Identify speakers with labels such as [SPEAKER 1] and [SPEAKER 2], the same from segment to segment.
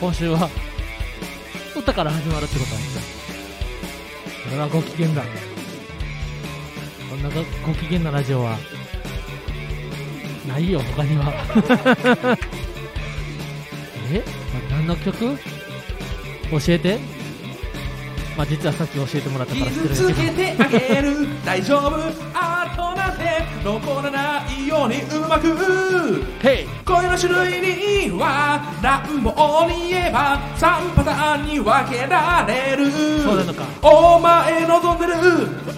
[SPEAKER 1] 今週は歌から始まるってことはこれはご機嫌だこんなごご機嫌なラジオはないよ他には えな何の曲教えてまあ実はさっき教えてもらったから知ってる
[SPEAKER 2] 傷
[SPEAKER 1] んだ
[SPEAKER 2] つ
[SPEAKER 1] けど
[SPEAKER 2] けてあげる大丈夫あとなんて残らないようにうまく
[SPEAKER 1] ヘイ
[SPEAKER 2] 声の種類には乱暴に言えば3パターンに分けられる
[SPEAKER 1] そうなのか
[SPEAKER 2] お前望んでる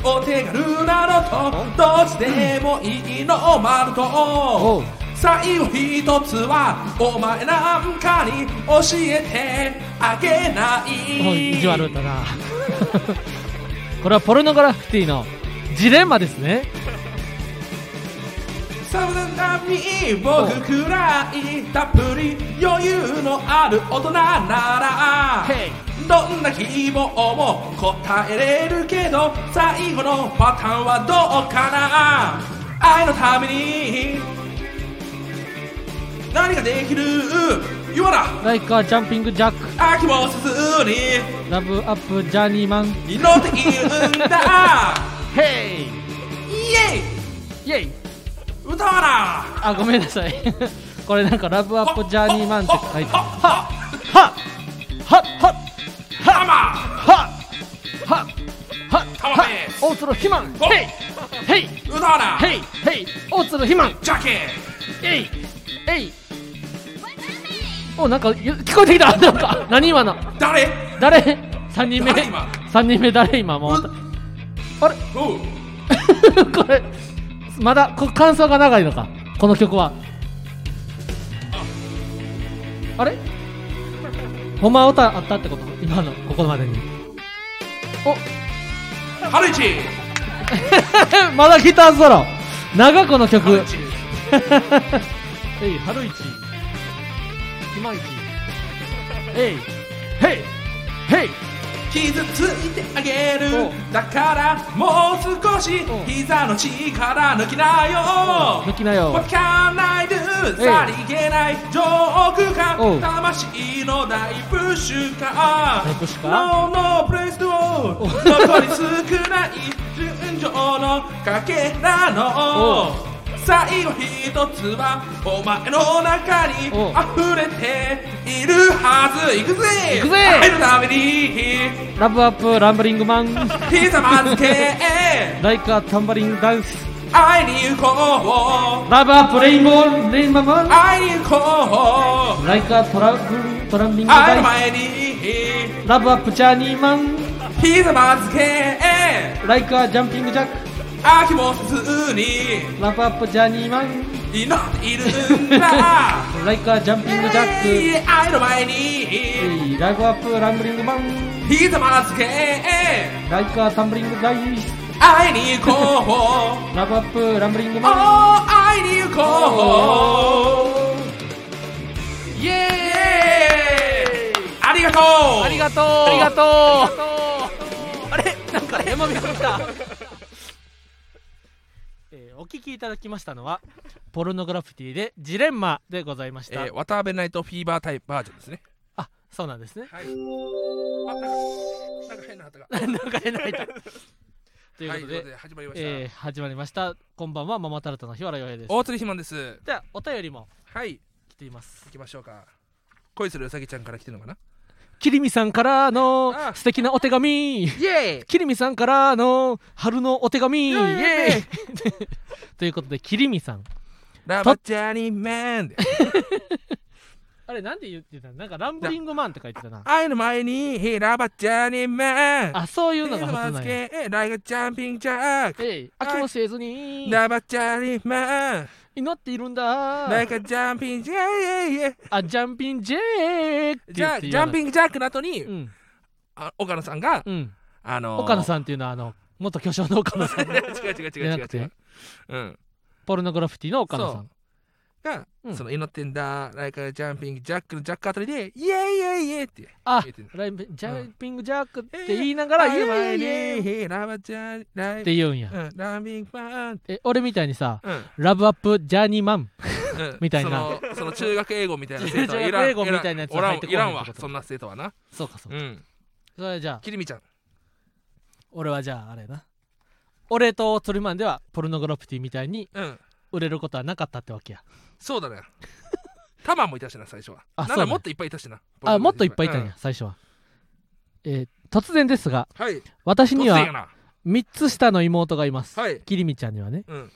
[SPEAKER 2] お手軽なのとどっちでもいいの丸
[SPEAKER 1] お
[SPEAKER 2] と
[SPEAKER 1] う
[SPEAKER 2] 最後一つはお前なんかに教えてあげな
[SPEAKER 1] お
[SPEAKER 2] い
[SPEAKER 1] い意地悪だ なこれはポルノグラフィティのジレンマですね
[SPEAKER 2] サウナ並み僕くらいたっぷり余裕のある大人なら
[SPEAKER 1] ヘイ
[SPEAKER 2] どんな希望も答えれるけど最後のパターンはどうかな愛のために何ができる言わな
[SPEAKER 1] ライカージャンピングジャック
[SPEAKER 2] 飽きもせずに
[SPEAKER 1] ラブアップジャーニーマン
[SPEAKER 2] 祈っているんだ
[SPEAKER 1] ヘイ
[SPEAKER 2] イエ
[SPEAKER 1] イェイ
[SPEAKER 2] イ歌わな
[SPEAKER 1] あごめんなさい これなんかラブアップジャーニーマンって書いてある
[SPEAKER 2] は
[SPEAKER 1] はっはっはっ
[SPEAKER 2] ハマ
[SPEAKER 1] はっはっはっ
[SPEAKER 2] 玉
[SPEAKER 1] はっ
[SPEAKER 2] で
[SPEAKER 1] 大鶴ひまん
[SPEAKER 2] お
[SPEAKER 1] ヘイヘイ
[SPEAKER 2] 歌わな
[SPEAKER 1] ヘイヘイ大鶴ひまん
[SPEAKER 2] ジャケ
[SPEAKER 1] えいえいおなんかゆ聞こえてき た なんか何今の
[SPEAKER 2] 誰
[SPEAKER 1] 誰 ?3 人目
[SPEAKER 2] 誰今
[SPEAKER 1] 3人目誰今もうあれ
[SPEAKER 2] おう
[SPEAKER 1] これまだこ感想が長いのかこの曲はあれほんまは歌あったってこと今のここまでにお
[SPEAKER 2] ハルイチ
[SPEAKER 1] まだギターソロ長この
[SPEAKER 2] ハル
[SPEAKER 1] 曲
[SPEAKER 2] イチ
[SPEAKER 1] えい、ハルイチ。ひまいち。えい、へい、へい。
[SPEAKER 2] 傷ついてあげ
[SPEAKER 1] お
[SPEAKER 2] る
[SPEAKER 1] う
[SPEAKER 2] だからもう少し
[SPEAKER 1] おう
[SPEAKER 2] 膝の力抜きなよ
[SPEAKER 1] 抜きなよ
[SPEAKER 2] わかんないで
[SPEAKER 1] えい
[SPEAKER 2] さりげないジョークか
[SPEAKER 1] おう
[SPEAKER 2] 魂の大プッシュか
[SPEAKER 1] 大プッシュか
[SPEAKER 2] No no place to
[SPEAKER 1] お
[SPEAKER 2] go 残り少ない純情のかけらの最後一つはお前の中に
[SPEAKER 1] おう
[SPEAKER 2] 溢れているはずいくぜ
[SPEAKER 1] 行くぜ
[SPEAKER 2] 愛のために
[SPEAKER 1] ラブアップランブリング マン。
[SPEAKER 2] ひざまずけ
[SPEAKER 1] ライカタンバリンダンス。
[SPEAKER 2] 会いに行こう
[SPEAKER 1] ラブアップレインボーレインママン。
[SPEAKER 2] 会いに行こう
[SPEAKER 1] ライカトラブルトランビング
[SPEAKER 2] 会い
[SPEAKER 1] ダン
[SPEAKER 2] の前に
[SPEAKER 1] ス。ラブアップジャーニーマン。
[SPEAKER 2] ひざまずけ
[SPEAKER 1] ライカジャンピングジャッ
[SPEAKER 2] 飽きもせずに
[SPEAKER 1] ク。ラブアップジャーニーマン。
[SPEAKER 2] 祈っているんだ
[SPEAKER 1] ライカジャンピングジャック。え
[SPEAKER 2] えい愛の前に
[SPEAKER 1] いラブアップランブリングマン。
[SPEAKER 2] ひざまずけ
[SPEAKER 1] ライカタンブリングダンス。
[SPEAKER 2] 会いに行こう
[SPEAKER 1] ラブアップランブリング
[SPEAKER 2] お
[SPEAKER 1] マン。
[SPEAKER 2] ー会いに行こ
[SPEAKER 1] イエ
[SPEAKER 2] うイエーイありがとう
[SPEAKER 1] ありがとうありがとうあれなんか山見が来た、えーお聞きいただきましたのはポルノグラフィティでジレンマでございました、
[SPEAKER 2] えー、渡辺ナイトフィーバータイプバージョンですね。
[SPEAKER 1] あそうなんですね
[SPEAKER 2] はい。あ、なんか、なんか変な旗が。は
[SPEAKER 1] なんか変な 入ったということ
[SPEAKER 2] い、という
[SPEAKER 1] で、
[SPEAKER 2] ことで始まりました。
[SPEAKER 1] えー始まりましたこんばんはママタルトの日原洋平です
[SPEAKER 2] 大鶴ひまんです。
[SPEAKER 1] ではお便りも
[SPEAKER 2] はい、行
[SPEAKER 1] 来ています
[SPEAKER 2] きましょうか。恋するうさぎちゃんから来てるのかな。
[SPEAKER 1] きりみさんからの
[SPEAKER 2] あ
[SPEAKER 1] 素敵なお手紙
[SPEAKER 2] イエーイ。
[SPEAKER 1] キリミさんからの春のお手紙イ
[SPEAKER 2] イエーイ
[SPEAKER 1] エーイ ということでキリミさん
[SPEAKER 2] ラブジャーニーマンで。
[SPEAKER 1] あれなんで言ってたのなんかランブリングマンって書いてたな
[SPEAKER 2] 愛の前に、ラブジャーニーマン。
[SPEAKER 1] あそういうのが
[SPEAKER 2] の
[SPEAKER 1] 普通なんや
[SPEAKER 2] け、ライガジャンピングジャック。
[SPEAKER 1] ええ飽きもせずに
[SPEAKER 2] ラブジャーニーマン。
[SPEAKER 1] 祈っているん
[SPEAKER 2] ラ
[SPEAKER 1] だ
[SPEAKER 2] イガジャンピングジャック。
[SPEAKER 1] あジャンピンジェークって
[SPEAKER 2] じ
[SPEAKER 1] 言
[SPEAKER 2] ゃ
[SPEAKER 1] っ
[SPEAKER 2] あ、
[SPEAKER 1] て
[SPEAKER 2] ジ
[SPEAKER 1] 言わな
[SPEAKER 2] ャン
[SPEAKER 1] い
[SPEAKER 2] ピングジャックの後に
[SPEAKER 1] う、ん
[SPEAKER 2] あ岡野さんが、
[SPEAKER 1] うん
[SPEAKER 2] あのー。
[SPEAKER 1] 岡野さんっていうのはあの元巨匠の岡野さん
[SPEAKER 2] 違う違う違う違
[SPEAKER 1] じゃな
[SPEAKER 2] う
[SPEAKER 1] く
[SPEAKER 2] 違
[SPEAKER 1] て
[SPEAKER 2] う。うん。
[SPEAKER 1] ポルノグラフィティの岡野さ
[SPEAKER 2] そ
[SPEAKER 1] ん
[SPEAKER 2] が、
[SPEAKER 1] うん
[SPEAKER 2] その祈ってんだ、ライカジャンピングジャックのジャックあたりで、イエイイエイイエイって。
[SPEAKER 1] あ
[SPEAKER 2] 言ってる
[SPEAKER 1] ライブジャンピングジャックって
[SPEAKER 2] ええ
[SPEAKER 1] 言いながらイエーイイエーイっ
[SPEAKER 2] イラバジャーライ
[SPEAKER 1] て言うんや
[SPEAKER 2] うんラーメンパン。
[SPEAKER 1] え俺みたいにさ
[SPEAKER 2] うん。
[SPEAKER 1] ラブアップジャーニーマン
[SPEAKER 2] うん
[SPEAKER 1] みたいな
[SPEAKER 2] そのその中学英語みたいな生徒は い
[SPEAKER 1] 中
[SPEAKER 2] ら
[SPEAKER 1] 学
[SPEAKER 2] ん
[SPEAKER 1] 英語みたいなやつは入ってこ
[SPEAKER 2] いらん
[SPEAKER 1] ない
[SPEAKER 2] お
[SPEAKER 1] っ
[SPEAKER 2] らん
[SPEAKER 1] て
[SPEAKER 2] わ
[SPEAKER 1] こと
[SPEAKER 2] そんな生徒はな
[SPEAKER 1] そうかそう
[SPEAKER 2] う
[SPEAKER 1] か、
[SPEAKER 2] ん
[SPEAKER 1] それじゃあ
[SPEAKER 2] きりみちゃん
[SPEAKER 1] 俺はじゃああれやな俺とトリマンではポルノグラフィティみたいに
[SPEAKER 2] うん
[SPEAKER 1] 売れることはなかったってわけや
[SPEAKER 2] そう だねタマンもいたしな最初は
[SPEAKER 1] あ
[SPEAKER 2] な
[SPEAKER 1] そうだ
[SPEAKER 2] んな
[SPEAKER 1] ね
[SPEAKER 2] らもっといっぱいいたしな
[SPEAKER 1] あもっといっぱいいたん
[SPEAKER 2] う
[SPEAKER 1] や、最初は、えー突然ですが
[SPEAKER 2] はい
[SPEAKER 1] 私に
[SPEAKER 2] 突然
[SPEAKER 1] は
[SPEAKER 2] やな
[SPEAKER 1] 3つ下の妹がいます、
[SPEAKER 2] はい
[SPEAKER 1] キリミちゃんにはね、
[SPEAKER 2] うん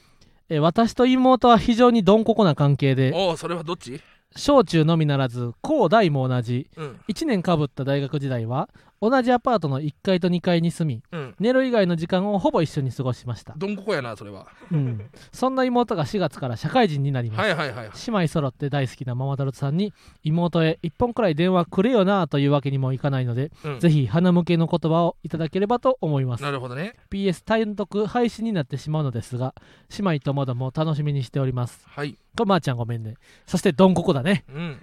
[SPEAKER 1] えー私と妹は非常にどんここな関係で
[SPEAKER 2] おおそれはどっち
[SPEAKER 1] 小中のみならず高大も同じ
[SPEAKER 2] うん
[SPEAKER 1] 1年かぶった大学時代は同じアパートの1階と2階に住み
[SPEAKER 2] うん
[SPEAKER 1] 寝る以外の時間をほぼ一緒に過ごしました、
[SPEAKER 2] どんここやなそれは
[SPEAKER 1] うん、そんな妹が4月から社会人になります、
[SPEAKER 2] はいはいはい
[SPEAKER 1] 姉妹揃って大好きなママタルトさんに妹へ一本くらい電話くれよなというわけにもいかないので、
[SPEAKER 2] うん
[SPEAKER 1] ぜひ花向けの言葉をいただければと思います
[SPEAKER 2] なるほどね
[SPEAKER 1] PS 単独配信になってしまうのですが姉妹ともども楽しみにしております
[SPEAKER 2] はい
[SPEAKER 1] これまーちゃんごめんねそしてドンココだね
[SPEAKER 2] うん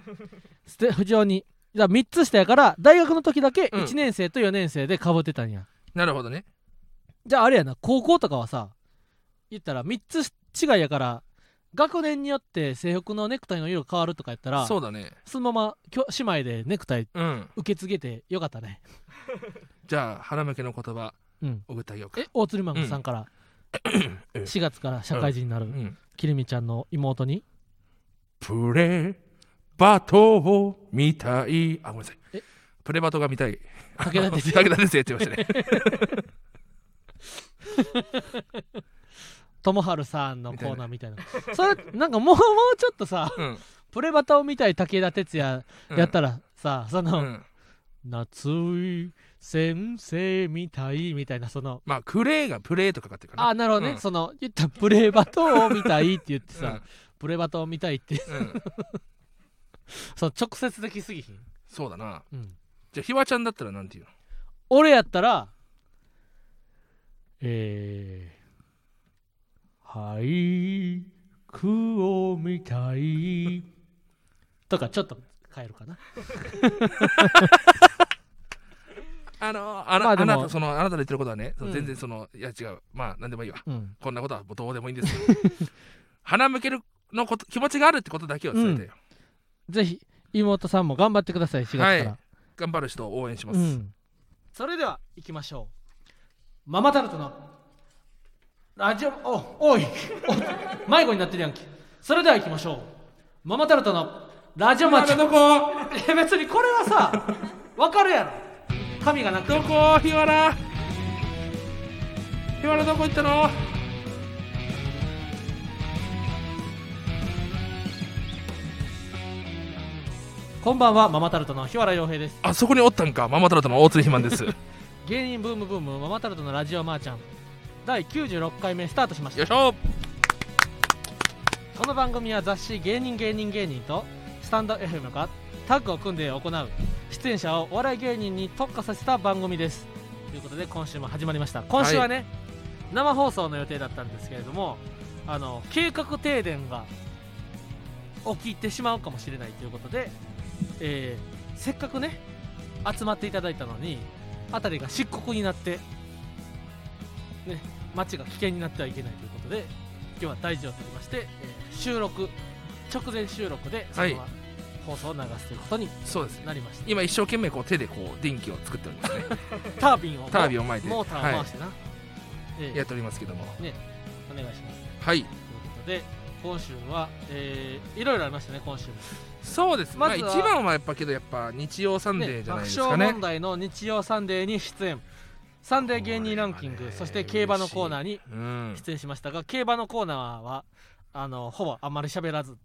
[SPEAKER 1] 捨て非常にだ3つ下やから大学の時だけ
[SPEAKER 2] うん
[SPEAKER 1] 1年生と4年生でかぶってたんや、
[SPEAKER 2] なるほどね
[SPEAKER 1] じゃああれやな高校とかはさ言ったら3つ違いやから学年によって制服のネクタイの色変わるとかやったら
[SPEAKER 2] そうだね
[SPEAKER 1] そのままきょ姉妹でネクタイ
[SPEAKER 2] うん
[SPEAKER 1] 受け継げてよかったね
[SPEAKER 2] じゃあ腹向けの言葉
[SPEAKER 1] うん
[SPEAKER 2] 送ってあげようか
[SPEAKER 1] え大鶴マンゴさんから、
[SPEAKER 2] うん
[SPEAKER 1] 4月から社会人になる、
[SPEAKER 2] うん
[SPEAKER 1] きりみちゃんの妹に
[SPEAKER 2] プレバトを見たいあごめんなさい
[SPEAKER 1] え
[SPEAKER 2] プレバトが見たい
[SPEAKER 1] 武田鉄矢
[SPEAKER 2] 武田ですやってま したね
[SPEAKER 1] 友春さんのコーナーみたいなそれなんかもうもうちょっとさ
[SPEAKER 2] うん
[SPEAKER 1] プレバタを見たい武田鉄矢
[SPEAKER 2] うん
[SPEAKER 1] やったらさ、その、
[SPEAKER 2] うん
[SPEAKER 1] 夏井先生みたいみたいなその
[SPEAKER 2] まあクレーがプレーとかかってるかな
[SPEAKER 1] あなるほどね、
[SPEAKER 2] うん
[SPEAKER 1] その言ったらプレバトを見たいって言ってさ、
[SPEAKER 2] うん
[SPEAKER 1] プレバトを見たいって
[SPEAKER 2] うん
[SPEAKER 1] その直接的すぎひん、
[SPEAKER 2] そうだな
[SPEAKER 1] うん、
[SPEAKER 2] じゃあひわちゃんだったらなんていうの
[SPEAKER 1] 俺やったらえー、俳句を見たいとかちょっと変えるかな
[SPEAKER 2] あのあな,、
[SPEAKER 1] まあ
[SPEAKER 2] あ、
[SPEAKER 1] でも
[SPEAKER 2] なたそのあなたの言ってることはねその
[SPEAKER 1] うん
[SPEAKER 2] 全然その、いや違うまあ何でもいいわ
[SPEAKER 1] うん
[SPEAKER 2] こんなことはもうどうでもいいんですよ 鼻向けるのこと気持ちがあるってことだけを伝えてよ、
[SPEAKER 1] ぜひ妹さんも頑張ってください4月から、
[SPEAKER 2] はい頑張る人を応援します、
[SPEAKER 1] うん、それでは行きましょうママタルトのラジオおおい お迷子になってるやんけそれでは行きましょうママタルトのラジオマ
[SPEAKER 2] あ
[SPEAKER 1] ッチ
[SPEAKER 2] どこ
[SPEAKER 1] え別にこれは さわかるやろ神がなくて
[SPEAKER 2] ど
[SPEAKER 1] も
[SPEAKER 2] こ日原日原どこ行ったの
[SPEAKER 1] こんばんはママタルトの日原洋平です
[SPEAKER 2] あそこにおったんかママタルトの大鶴ひまんで すよ
[SPEAKER 1] 芸人ブームブームママタルトのラジオマーちゃん第96回目スタートしました
[SPEAKER 2] いしょ
[SPEAKER 1] この番組は雑誌「芸人芸人芸人」とスタンド FM がタッグを組んで行う出演者をお笑い芸人に特化させた番組ですということで今週も始まりました今週はね、生放送の予定だったんですけれどもあの計画停電が起きてしまうかもしれないということで、えーせっかくね集まっていただいたのに辺りが漆黒になって、ね、街が危険になってはいけないということで今日は大事を取りまして、えー収録直前収録でそのまま放送を流すということに
[SPEAKER 2] そうですね
[SPEAKER 1] なりました、
[SPEAKER 2] 今一生懸命こう手でこう電気を作っております ね
[SPEAKER 1] タービンを
[SPEAKER 2] タービンを巻いて
[SPEAKER 1] モーターを
[SPEAKER 2] は
[SPEAKER 1] 回してな、え
[SPEAKER 2] い、
[SPEAKER 1] ー
[SPEAKER 2] やっておりますけども
[SPEAKER 1] お願いします
[SPEAKER 2] はい
[SPEAKER 1] ということで今週は、えーいろいろありましたね今週も
[SPEAKER 2] そうですね
[SPEAKER 1] ま
[SPEAKER 2] まあ
[SPEAKER 1] ず
[SPEAKER 2] 一
[SPEAKER 1] は
[SPEAKER 2] 番はやっぱけどやっぱ日曜サンデーじゃないですか
[SPEAKER 1] 爆笑
[SPEAKER 2] ね
[SPEAKER 1] 問題の日曜サンデーに出演サンデー芸人ランキン
[SPEAKER 2] こ
[SPEAKER 1] グ
[SPEAKER 2] れはね
[SPEAKER 1] そして競馬のコーナーに
[SPEAKER 2] うん
[SPEAKER 1] 出演しましたが競馬のコーナーはあのほぼあんまり喋らず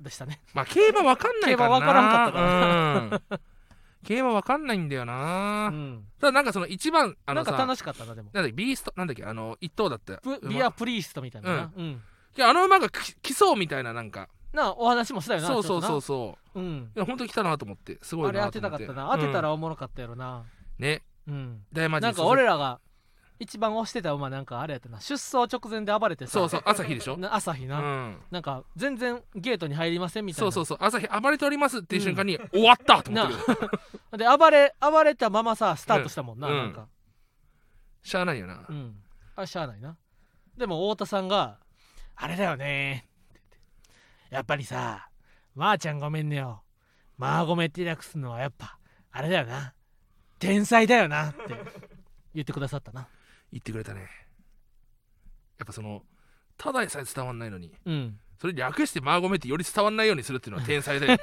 [SPEAKER 1] でしたね
[SPEAKER 2] まあ競馬わかんないからな
[SPEAKER 1] 競馬わからんかったか
[SPEAKER 2] うん競馬わかんないんだよ
[SPEAKER 1] う
[SPEAKER 2] な、
[SPEAKER 1] ん
[SPEAKER 2] ただなんかその一番あ
[SPEAKER 1] な
[SPEAKER 2] の
[SPEAKER 1] ん
[SPEAKER 2] さ
[SPEAKER 1] か
[SPEAKER 2] なんだ
[SPEAKER 1] 楽しかったなでも
[SPEAKER 2] っけビーストなんだっけあの一頭だった
[SPEAKER 1] プ
[SPEAKER 2] 馬
[SPEAKER 1] ビアプリーストみたいなな,、うん
[SPEAKER 2] いやあの馬がき来そうみたいななんか
[SPEAKER 1] なお話もしたよな
[SPEAKER 2] そうそうそう
[SPEAKER 1] ち
[SPEAKER 2] そ
[SPEAKER 1] ょっとなうん
[SPEAKER 2] ういや本当に来たなと思ってすご
[SPEAKER 1] あ
[SPEAKER 2] い
[SPEAKER 1] れ
[SPEAKER 2] な
[SPEAKER 1] 当
[SPEAKER 2] と
[SPEAKER 1] て
[SPEAKER 2] 思
[SPEAKER 1] た
[SPEAKER 2] っ
[SPEAKER 1] かってたな当てた
[SPEAKER 2] う
[SPEAKER 1] らおもろかったやろな、
[SPEAKER 2] んね
[SPEAKER 1] うん、
[SPEAKER 2] 大魔神
[SPEAKER 1] なんか俺らが一番推してた馬なんかあれやったな出走直前で暴れてさ
[SPEAKER 2] そうそう朝日でしょ
[SPEAKER 1] な朝日
[SPEAKER 2] う
[SPEAKER 1] な、
[SPEAKER 2] ん
[SPEAKER 1] なんか全然ゲートに入りませんみたい
[SPEAKER 2] そ
[SPEAKER 1] な
[SPEAKER 2] うそうそう朝日暴れておりますっていう瞬間に終わったと思ってる
[SPEAKER 1] で暴れ暴れたままさスタートしたもんな、
[SPEAKER 2] うん
[SPEAKER 1] なんか
[SPEAKER 2] しゃあないよな
[SPEAKER 1] うんあれしゃあないなでも太田さんが「あれだよね」って言ってやっぱりさまー、ちゃんごめんねよまあごめって略すのはやっぱあれだよな天才だよなって言ってくださったな
[SPEAKER 2] 言ってくれたねやっぱそのただでさえ伝わんないのに
[SPEAKER 1] うん
[SPEAKER 2] それ略してマーゴメってより伝わんないようにするっていうのは天才だよ、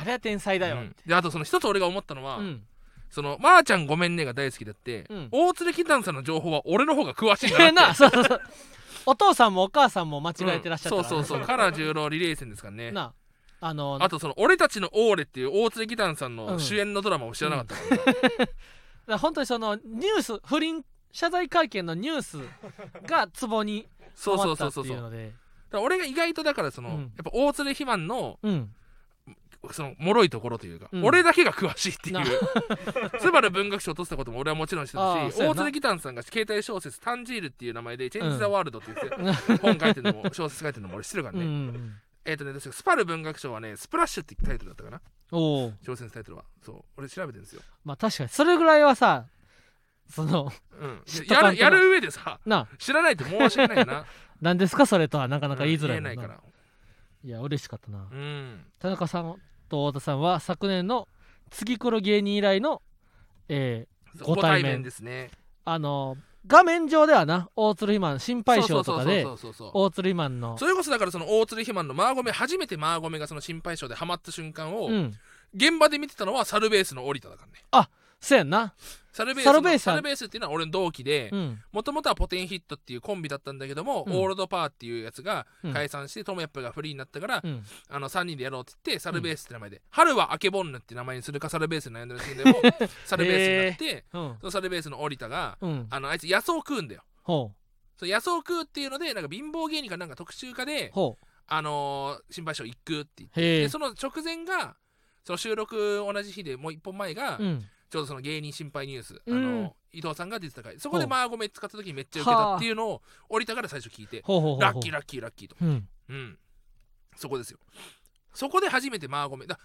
[SPEAKER 1] あれは天 才だよ
[SPEAKER 2] う、んであとその一つ俺が思ったのは、
[SPEAKER 1] うん
[SPEAKER 2] そのまー、ちゃんごめんねが大好きだって、
[SPEAKER 1] うん
[SPEAKER 2] 大鶴喜団さんの情報は俺の方が詳しいんだな
[SPEAKER 1] えな そうそうそうお父さんもお母さんも間違えてらっしゃったからね、
[SPEAKER 2] うんそうそうそうカラ十郎リレー戦ですからね
[SPEAKER 1] なあの
[SPEAKER 2] あとその「俺たちのオーレ」っていう大鶴義丹さん
[SPEAKER 1] う
[SPEAKER 2] の
[SPEAKER 1] ん
[SPEAKER 2] 主演のドラマを知らなかったから、
[SPEAKER 1] だから本当にそのニュース不倫謝罪会見のニュースがツボに
[SPEAKER 2] そう
[SPEAKER 1] 止
[SPEAKER 2] そ
[SPEAKER 1] ま
[SPEAKER 2] う
[SPEAKER 1] っ
[SPEAKER 2] そ
[SPEAKER 1] た
[SPEAKER 2] う
[SPEAKER 1] って
[SPEAKER 2] そう
[SPEAKER 1] い
[SPEAKER 2] そ
[SPEAKER 1] う
[SPEAKER 2] うだか
[SPEAKER 1] ので
[SPEAKER 2] ら俺が意外とだからその、
[SPEAKER 1] うん
[SPEAKER 2] やっぱ大鶴肥満の
[SPEAKER 1] うん
[SPEAKER 2] その脆いところというか、
[SPEAKER 1] うん
[SPEAKER 2] 俺だけが詳しいってい
[SPEAKER 1] な
[SPEAKER 2] うスバル文学賞を取ったことも俺はもちろんして
[SPEAKER 1] あ
[SPEAKER 2] た
[SPEAKER 1] あ
[SPEAKER 2] し
[SPEAKER 1] そうやな
[SPEAKER 2] 大鶴義丹さんが携帯小説「タンジール」っていう名前で「チェンジ・ザ・ワールド」っていう本書いてるのも小説書いてるのも俺知ってるから
[SPEAKER 1] うんう
[SPEAKER 2] ね、
[SPEAKER 1] ん
[SPEAKER 2] えっ、とね確かスパル文学賞はね「スプラッシュ」ってタイトルだったかな
[SPEAKER 1] おお
[SPEAKER 2] 小説タイトルはそう俺調べてるんですよ、
[SPEAKER 1] まあ確かにそれぐらいはさその
[SPEAKER 2] うん
[SPEAKER 1] 知っ、と
[SPEAKER 2] や
[SPEAKER 1] かん
[SPEAKER 2] る
[SPEAKER 1] と
[SPEAKER 2] やる上でさ
[SPEAKER 1] な
[SPEAKER 2] 知らないと申し訳ないな
[SPEAKER 1] 何ですかそれとはな かなか言いづらい
[SPEAKER 2] うん言えない
[SPEAKER 1] もん
[SPEAKER 2] か
[SPEAKER 1] な
[SPEAKER 2] ら
[SPEAKER 1] いや嬉しかったな
[SPEAKER 2] うん
[SPEAKER 1] 田中さんと太田さんは昨年の次黒芸人以来のえー
[SPEAKER 2] ご
[SPEAKER 1] ご
[SPEAKER 2] 対
[SPEAKER 1] 対面
[SPEAKER 2] 面ですね。
[SPEAKER 1] あの画面上ではな大鶴肥満心配性とかで
[SPEAKER 2] そうそうそうそうそう
[SPEAKER 1] 大鶴肥満の
[SPEAKER 2] それこそだからその大鶴肥満のマーゴメ初めてマーゴメがその心配性でハマった瞬間を、
[SPEAKER 1] うん
[SPEAKER 2] 現場で見てたのはサルベースのオリタだからね
[SPEAKER 1] そうやんな
[SPEAKER 2] サルベース
[SPEAKER 1] サルベー
[SPEAKER 2] の
[SPEAKER 1] スさん
[SPEAKER 2] サルベースっていうのは俺の同期で
[SPEAKER 1] うん
[SPEAKER 2] もともとはポテンヒットっていうコンビだったんだけども、
[SPEAKER 1] うん
[SPEAKER 2] オールドパーっていうやつが
[SPEAKER 1] うん
[SPEAKER 2] 解散して、トモヤップがフリーになったから、
[SPEAKER 1] うん
[SPEAKER 2] あの3人でやろうって言ってサルベースって名前で、春はアケボンヌって名前にするかサルベースに悩んだらしいんでも サルベースになって、
[SPEAKER 1] うん
[SPEAKER 2] そのサルベースのオリタが
[SPEAKER 1] うん
[SPEAKER 2] あのあいつ野草食うんだよ
[SPEAKER 1] ほ
[SPEAKER 2] その野草食うっていうのでなんか貧乏芸人かなんか特集化で
[SPEAKER 1] うほ
[SPEAKER 2] あのー心配性行くって言って
[SPEAKER 1] うへえ
[SPEAKER 2] でその直前がその収録同じ日でもう一本前が、
[SPEAKER 1] うん
[SPEAKER 2] ちょうどその芸人心配ニュース、
[SPEAKER 1] うん
[SPEAKER 2] あのー伊藤さんが出てた回そこで
[SPEAKER 1] ほう
[SPEAKER 2] マーゴメ使った時にめっちゃウケたっていうのを降りたから最初聞いて
[SPEAKER 1] ほうほうほうほう
[SPEAKER 2] ラッキーラッキーラッキーと
[SPEAKER 1] うん
[SPEAKER 2] うんそこですよそこで初めてマーゴメだ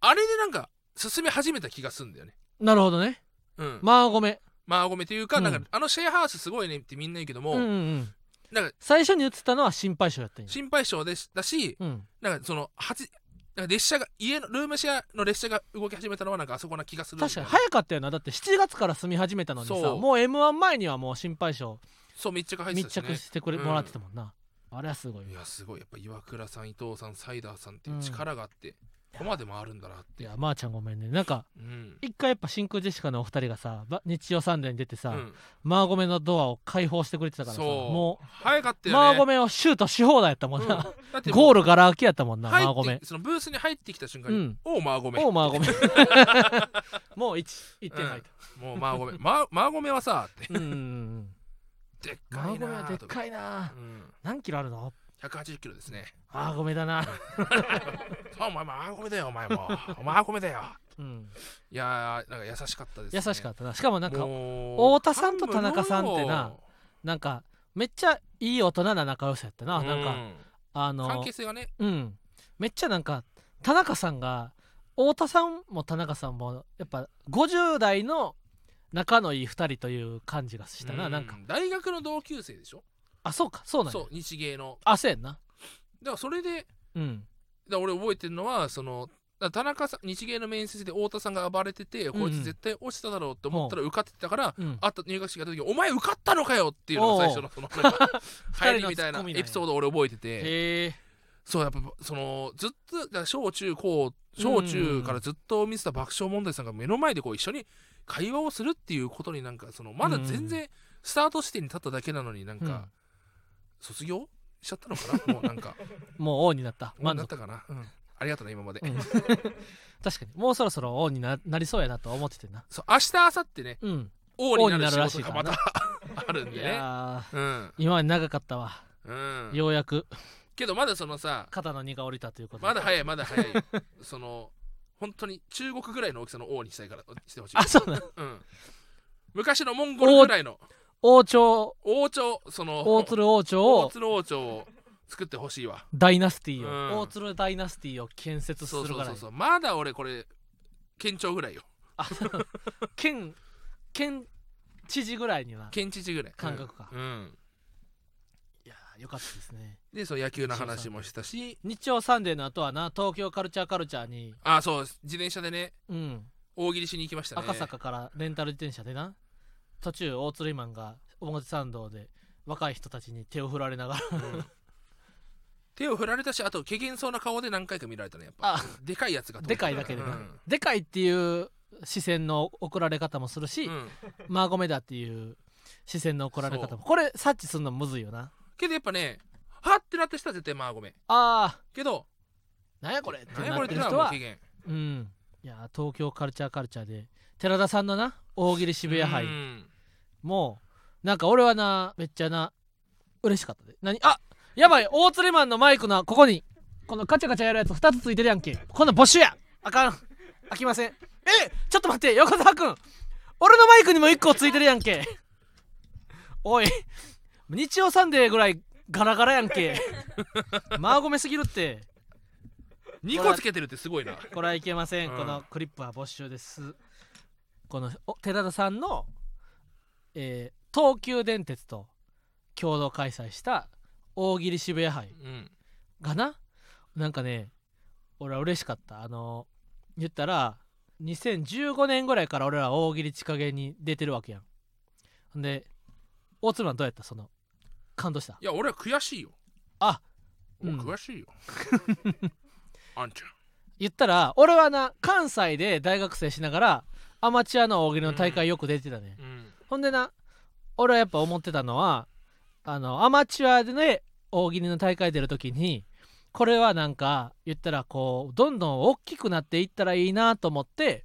[SPEAKER 2] あれでなんか進め始めた気がすんだよね
[SPEAKER 1] なるほどね
[SPEAKER 2] うん、
[SPEAKER 1] まあごめん
[SPEAKER 2] マーゴメというか,、
[SPEAKER 1] うん
[SPEAKER 2] なんかあのシェアハウスすごいねってみんな言うけども、
[SPEAKER 1] うんうんうん
[SPEAKER 2] なんか
[SPEAKER 1] 最初に映ったのは心配性やったんや
[SPEAKER 2] 心配性でしだし、
[SPEAKER 1] うん
[SPEAKER 2] なんかその八なんか列車が家のルームシェアの列車が動き始めたのはなんかあそこな気がするんだよ
[SPEAKER 1] 確かに早かったよなだって7月から住み始めたのにさ
[SPEAKER 2] そう
[SPEAKER 1] もう m 1前にはもう心配性
[SPEAKER 2] そう密着入って
[SPEAKER 1] 密
[SPEAKER 2] たし、ね、
[SPEAKER 1] 着してくれ
[SPEAKER 2] うん
[SPEAKER 1] もらってたもんなあれはすごい
[SPEAKER 2] い
[SPEAKER 1] よ
[SPEAKER 2] やすごいやっぱ岩倉さん伊藤さんサイダーさんっていう力があって、ここまで回るんだなっ
[SPEAKER 1] い
[SPEAKER 2] て
[SPEAKER 1] やまー、ちゃんごめんねなんか
[SPEAKER 2] うん
[SPEAKER 1] 一回やっぱ真空ジェシカのお二人がさば日曜サンデーに出て
[SPEAKER 2] う
[SPEAKER 1] さ、
[SPEAKER 2] ん、
[SPEAKER 1] マーゴメのドアを開放してくれてたからさ
[SPEAKER 2] そう
[SPEAKER 1] も
[SPEAKER 2] 早かっ
[SPEAKER 1] う、
[SPEAKER 2] たよね
[SPEAKER 1] マーゴメをシュートし放題やったもん
[SPEAKER 2] うん
[SPEAKER 1] な、
[SPEAKER 2] だっ て
[SPEAKER 1] ゴー
[SPEAKER 2] ル
[SPEAKER 1] ルがら空きやったもんなマ
[SPEAKER 2] 入
[SPEAKER 1] ー
[SPEAKER 2] っ
[SPEAKER 1] ゴ
[SPEAKER 2] て
[SPEAKER 1] メ
[SPEAKER 2] そのブースに入ってきた瞬間に、
[SPEAKER 1] うん
[SPEAKER 2] おうマーゴメ
[SPEAKER 1] おう マーゴメもう1一点入った、
[SPEAKER 2] もうマー ゴメマーマーゴメはさっ
[SPEAKER 1] う
[SPEAKER 2] て
[SPEAKER 1] んうんうん
[SPEAKER 2] でっ
[SPEAKER 1] マ
[SPEAKER 2] か
[SPEAKER 1] ー
[SPEAKER 2] い
[SPEAKER 1] ゴメ
[SPEAKER 2] な
[SPEAKER 1] は
[SPEAKER 2] ー
[SPEAKER 1] でっ
[SPEAKER 2] と
[SPEAKER 1] かいな
[SPEAKER 2] うん、
[SPEAKER 1] 何キロあるの
[SPEAKER 2] 180キロですね
[SPEAKER 1] マーゴメだな
[SPEAKER 2] あお前マーゴメだよお前もうマーゴメだよ
[SPEAKER 1] うん
[SPEAKER 2] いやーなんか優しかったです、ね、
[SPEAKER 1] 優しかったなしかもなんか
[SPEAKER 2] 太
[SPEAKER 1] 太田さんと田中さんってななんかめっちゃいい大人な仲良さやったな、なんかあ
[SPEAKER 2] 関
[SPEAKER 1] の
[SPEAKER 2] 係性がね
[SPEAKER 1] うんめっちゃなんか田中さんが太田さんも田中さんもやっぱ50代の仲のいい2人という感じがしたな、
[SPEAKER 2] う
[SPEAKER 1] なんか
[SPEAKER 2] 大学の同級生でしょ
[SPEAKER 1] あそうかそうなんや
[SPEAKER 2] そう日芸の
[SPEAKER 1] あそうやんな
[SPEAKER 2] だからそれでだか
[SPEAKER 1] うん
[SPEAKER 2] ら俺覚えてるのはそのだから田中さん日芸の面接で太田さんが暴れてて、
[SPEAKER 1] ん
[SPEAKER 2] こいつ絶対落ちただろうって思ったら受かってたから、
[SPEAKER 1] うん
[SPEAKER 2] あと入学式やった時「お前受かったのかよ!」っていうのが最初のそのなんか入りみたいなエピソードを俺覚えてて
[SPEAKER 1] へえ
[SPEAKER 2] そうやっぱそのずっとだから小中高小中からずっと見てた爆笑問題さんが目の前でこう一緒に会話をするっていうことになんかそのまだ全然スタート地点に立っただけなのになんか、
[SPEAKER 1] うん
[SPEAKER 2] 卒業しちゃったのか なもうなんか
[SPEAKER 1] もう王になった満
[SPEAKER 2] 満なっ
[SPEAKER 1] 足
[SPEAKER 2] たかな、うんありがとうね今まで、
[SPEAKER 1] うん確かにもうそろそろ王にななりそうやなとは思っててな
[SPEAKER 2] そう明日明後日ね
[SPEAKER 1] うん
[SPEAKER 2] 王
[SPEAKER 1] 王
[SPEAKER 2] になる仕
[SPEAKER 1] になるらし
[SPEAKER 2] 事
[SPEAKER 1] い
[SPEAKER 2] が
[SPEAKER 1] か
[SPEAKER 2] ま
[SPEAKER 1] ら
[SPEAKER 2] た
[SPEAKER 1] な
[SPEAKER 2] あるん
[SPEAKER 1] い
[SPEAKER 2] でね
[SPEAKER 1] やー
[SPEAKER 2] うん
[SPEAKER 1] 今まで長かったわ、
[SPEAKER 2] うん
[SPEAKER 1] ようやく
[SPEAKER 2] けどまだそのさ
[SPEAKER 1] 肩の荷が下りたということで
[SPEAKER 2] まだ早いまだ早いその本当に中国ぐらいの大きさの王にしたいからしてほしい
[SPEAKER 1] あそうなん
[SPEAKER 2] うん、昔のモンゴルぐらいの
[SPEAKER 1] 王朝
[SPEAKER 2] 王朝その
[SPEAKER 1] 大鶴王朝
[SPEAKER 2] 大
[SPEAKER 1] を
[SPEAKER 2] 鶴王朝を作ってほしいわ
[SPEAKER 1] ダイナスティー
[SPEAKER 2] うん
[SPEAKER 1] を、大鶴ダイナスティーを建設す
[SPEAKER 2] そう
[SPEAKER 1] る
[SPEAKER 2] そ
[SPEAKER 1] か
[SPEAKER 2] う
[SPEAKER 1] ら
[SPEAKER 2] そ
[SPEAKER 1] いう
[SPEAKER 2] そうまだ俺これ県庁ぐらいよ
[SPEAKER 1] あそうなん県県知事ぐらいには
[SPEAKER 2] 県知事ぐらい
[SPEAKER 1] 感覚か
[SPEAKER 2] うん、うん
[SPEAKER 1] いやーーよかったですね
[SPEAKER 2] でその野球の話もしたし
[SPEAKER 1] 日曜サンデーの後はな東京カルチャーカルチャーに、
[SPEAKER 2] あそう自転車でね
[SPEAKER 1] うん、
[SPEAKER 2] 大喜利しに行きましたね
[SPEAKER 1] 赤坂からレンタル自転車でな途中大鶴マンが表参道で若い人たちに手を振られながら
[SPEAKER 2] うん手を振られたしあと怪げそうな顔で何回か見られたねやっぱ
[SPEAKER 1] あ
[SPEAKER 2] でかいやつが通って
[SPEAKER 1] で
[SPEAKER 2] るか
[SPEAKER 1] からいだけでな、
[SPEAKER 2] うん
[SPEAKER 1] でかいっていう視線の送られ方もするし、
[SPEAKER 2] うん
[SPEAKER 1] マーゴメだっていう視線の怒られ方
[SPEAKER 2] そ
[SPEAKER 1] もこれ察知するのむずいよな
[SPEAKER 2] けどやっぱねはってなってしたら絶対まあごめん
[SPEAKER 1] あ
[SPEAKER 2] けど
[SPEAKER 1] ーなんやこれって
[SPEAKER 2] 何や
[SPEAKER 1] な
[SPEAKER 2] こ
[SPEAKER 1] っ
[SPEAKER 2] れってて
[SPEAKER 1] る人
[SPEAKER 2] のはもう
[SPEAKER 1] は
[SPEAKER 2] 怪げ
[SPEAKER 1] うんいやー東京カルチャーカルチャーで寺田さんのな大喜利渋谷杯もうなんか俺はなめっちゃな嬉しかったで何あやばい大釣りマンのマイクのここにこのカチャカチャやるやつ2つついてるやんけこの募集やあかん開きませんえちょっと待って横澤君俺のマイクにも1個ついてるやんけおい日曜サンデーぐらいガラガラやんけマーゴメすぎるって
[SPEAKER 2] 2個つけてるってすごいな
[SPEAKER 1] これはいけません、
[SPEAKER 2] うん
[SPEAKER 1] このクリップは没収ですこのお寺田さんの、えー東急電鉄と共同開催した大喜利渋谷杯
[SPEAKER 2] うん
[SPEAKER 1] がななんかね俺は嬉しかったあの言ったら2015年ぐらいから俺ら大喜利地下芸に出てるわけやんほんで大津マンどうやったその感動した
[SPEAKER 2] いや俺は悔しいよ
[SPEAKER 1] あ
[SPEAKER 2] 俺
[SPEAKER 1] うん
[SPEAKER 2] 悔しいよあんちゃん
[SPEAKER 1] 言ったら俺はな関西で大学生しながらアマチュアの大喜利の大会よく出てたね、
[SPEAKER 2] うん
[SPEAKER 1] ほんでな俺はやっぱ思ってたのはあのアマチュアでね大喜利の大会出る時にこれはなんか言ったらこうどんどん大きくなっていったらいいなと思って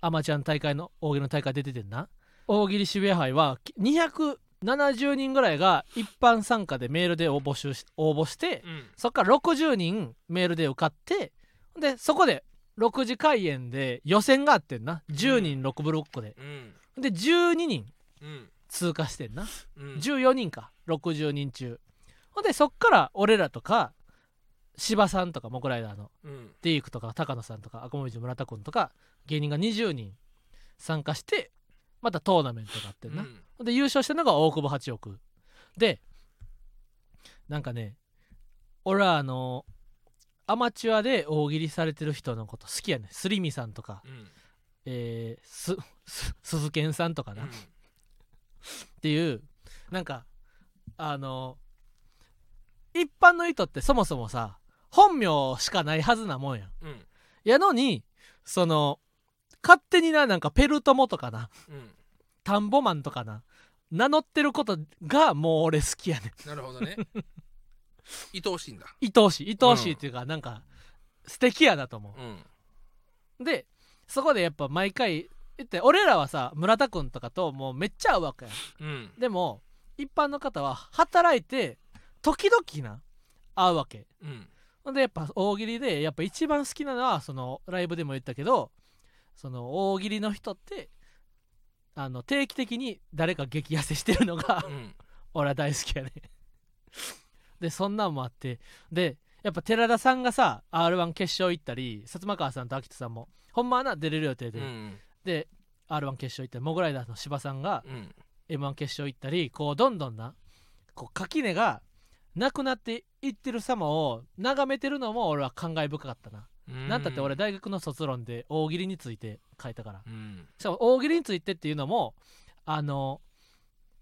[SPEAKER 1] アマチュアの大会の大喜利の大会出ててんな大喜利渋谷杯はき270人ぐらいが一般参加でメールで応募し応募して
[SPEAKER 2] うん
[SPEAKER 1] そっから60人メールで受かってほんでそこで6時開演で予選があってんな10人6ブロックで
[SPEAKER 2] うん
[SPEAKER 1] ほんで12人
[SPEAKER 2] うん
[SPEAKER 1] 通過してんな、
[SPEAKER 2] うん
[SPEAKER 1] 14人か60人中ほんでそっから俺らとか芝さんとかモグライダーの
[SPEAKER 2] うん
[SPEAKER 1] ディークとか高野さんとか赤もみじ村田君とか芸人が20人参加してまたトーナメントがあってんな、
[SPEAKER 2] うん
[SPEAKER 1] ほんで優勝したのが大久保八億でなんかね俺はあのアマチュアで大喜利されてる人のこと好きやねスリミさんとか、
[SPEAKER 2] うん
[SPEAKER 1] えー、すす 鈴賢さんとかな、
[SPEAKER 2] うん
[SPEAKER 1] っていうなんかあの一般の人ってそもそもさ本名しかないはずなもんやん
[SPEAKER 2] うん
[SPEAKER 1] やのにその勝手にななんかペルトモとかな
[SPEAKER 2] うん
[SPEAKER 1] 田んぼマンとかな名乗ってることがもう俺好きやね
[SPEAKER 2] なるほどね愛おしいんだ
[SPEAKER 1] ん愛おしい愛おしいっていうか、なんか素敵やなと思
[SPEAKER 2] うん
[SPEAKER 1] うでそこでやっぱ毎回言って俺らはさ村田君とかともうめっちゃ合うわけやん
[SPEAKER 2] うん
[SPEAKER 1] でも一般の方は働いて時々な会うわけ
[SPEAKER 2] うん
[SPEAKER 1] ほんでやっぱ大喜利でやっぱ一番好きなのはそのライブでも言ったけどその大喜利の人ってあの定期的に誰か激痩せしてるのが
[SPEAKER 2] うん
[SPEAKER 1] 俺は大好きやねでそんなんもあってでやっぱ寺田さんがさ r 1決勝行ったり薩摩川さんと秋田さんもほんまはな出れる予定で、
[SPEAKER 2] うん
[SPEAKER 1] で r 1決勝行ったりモグライダーの芝さんが
[SPEAKER 2] うん
[SPEAKER 1] m 1決勝行ったりこうどんどんなこう垣根がなくなっていってる様を眺めてるのも俺は感慨深かったな、
[SPEAKER 2] うん
[SPEAKER 1] なんたって俺大学の卒論で大喜利について書いたから
[SPEAKER 2] うん
[SPEAKER 1] しかも大喜利についてっていうのもあの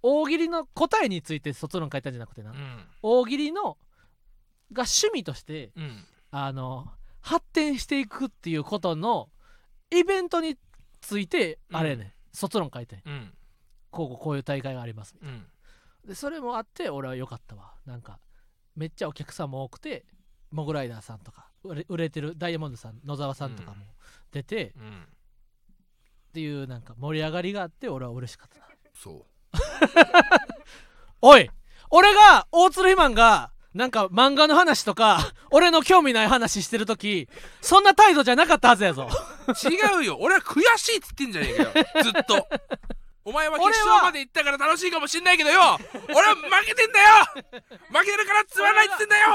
[SPEAKER 1] 大喜利の答えについて卒論書いたんじゃなくてな、
[SPEAKER 2] うん
[SPEAKER 1] 大喜利のが趣味として
[SPEAKER 2] うん
[SPEAKER 1] あの発展していくっていうことのイベントについてあれやね、ん、卒論書いてん
[SPEAKER 2] うん
[SPEAKER 1] こうこうこういう大会があります
[SPEAKER 2] うん
[SPEAKER 1] でそれもあって俺は良かったわなんかめっちゃお客さんも多くてモグライダーさんとか売れ売れてるダイヤモンドさん野沢さんとかも
[SPEAKER 2] うん
[SPEAKER 1] 出て、っ
[SPEAKER 2] うん
[SPEAKER 1] ていうなんか盛り上がりがあって俺は嬉しかったな
[SPEAKER 2] そう
[SPEAKER 1] おい俺が大鶴ひまんがなんか漫画の話とか俺の興味ない話してる時そんな態度じゃなかったはずやぞ
[SPEAKER 2] 違うよ俺は悔しいっつってんじゃねえかよずっとお前は決
[SPEAKER 1] 俺は
[SPEAKER 2] 勝まで行ったから楽しいかもしんないけどよ俺は負けてんだよ負けてるからつまらないっつってんだよ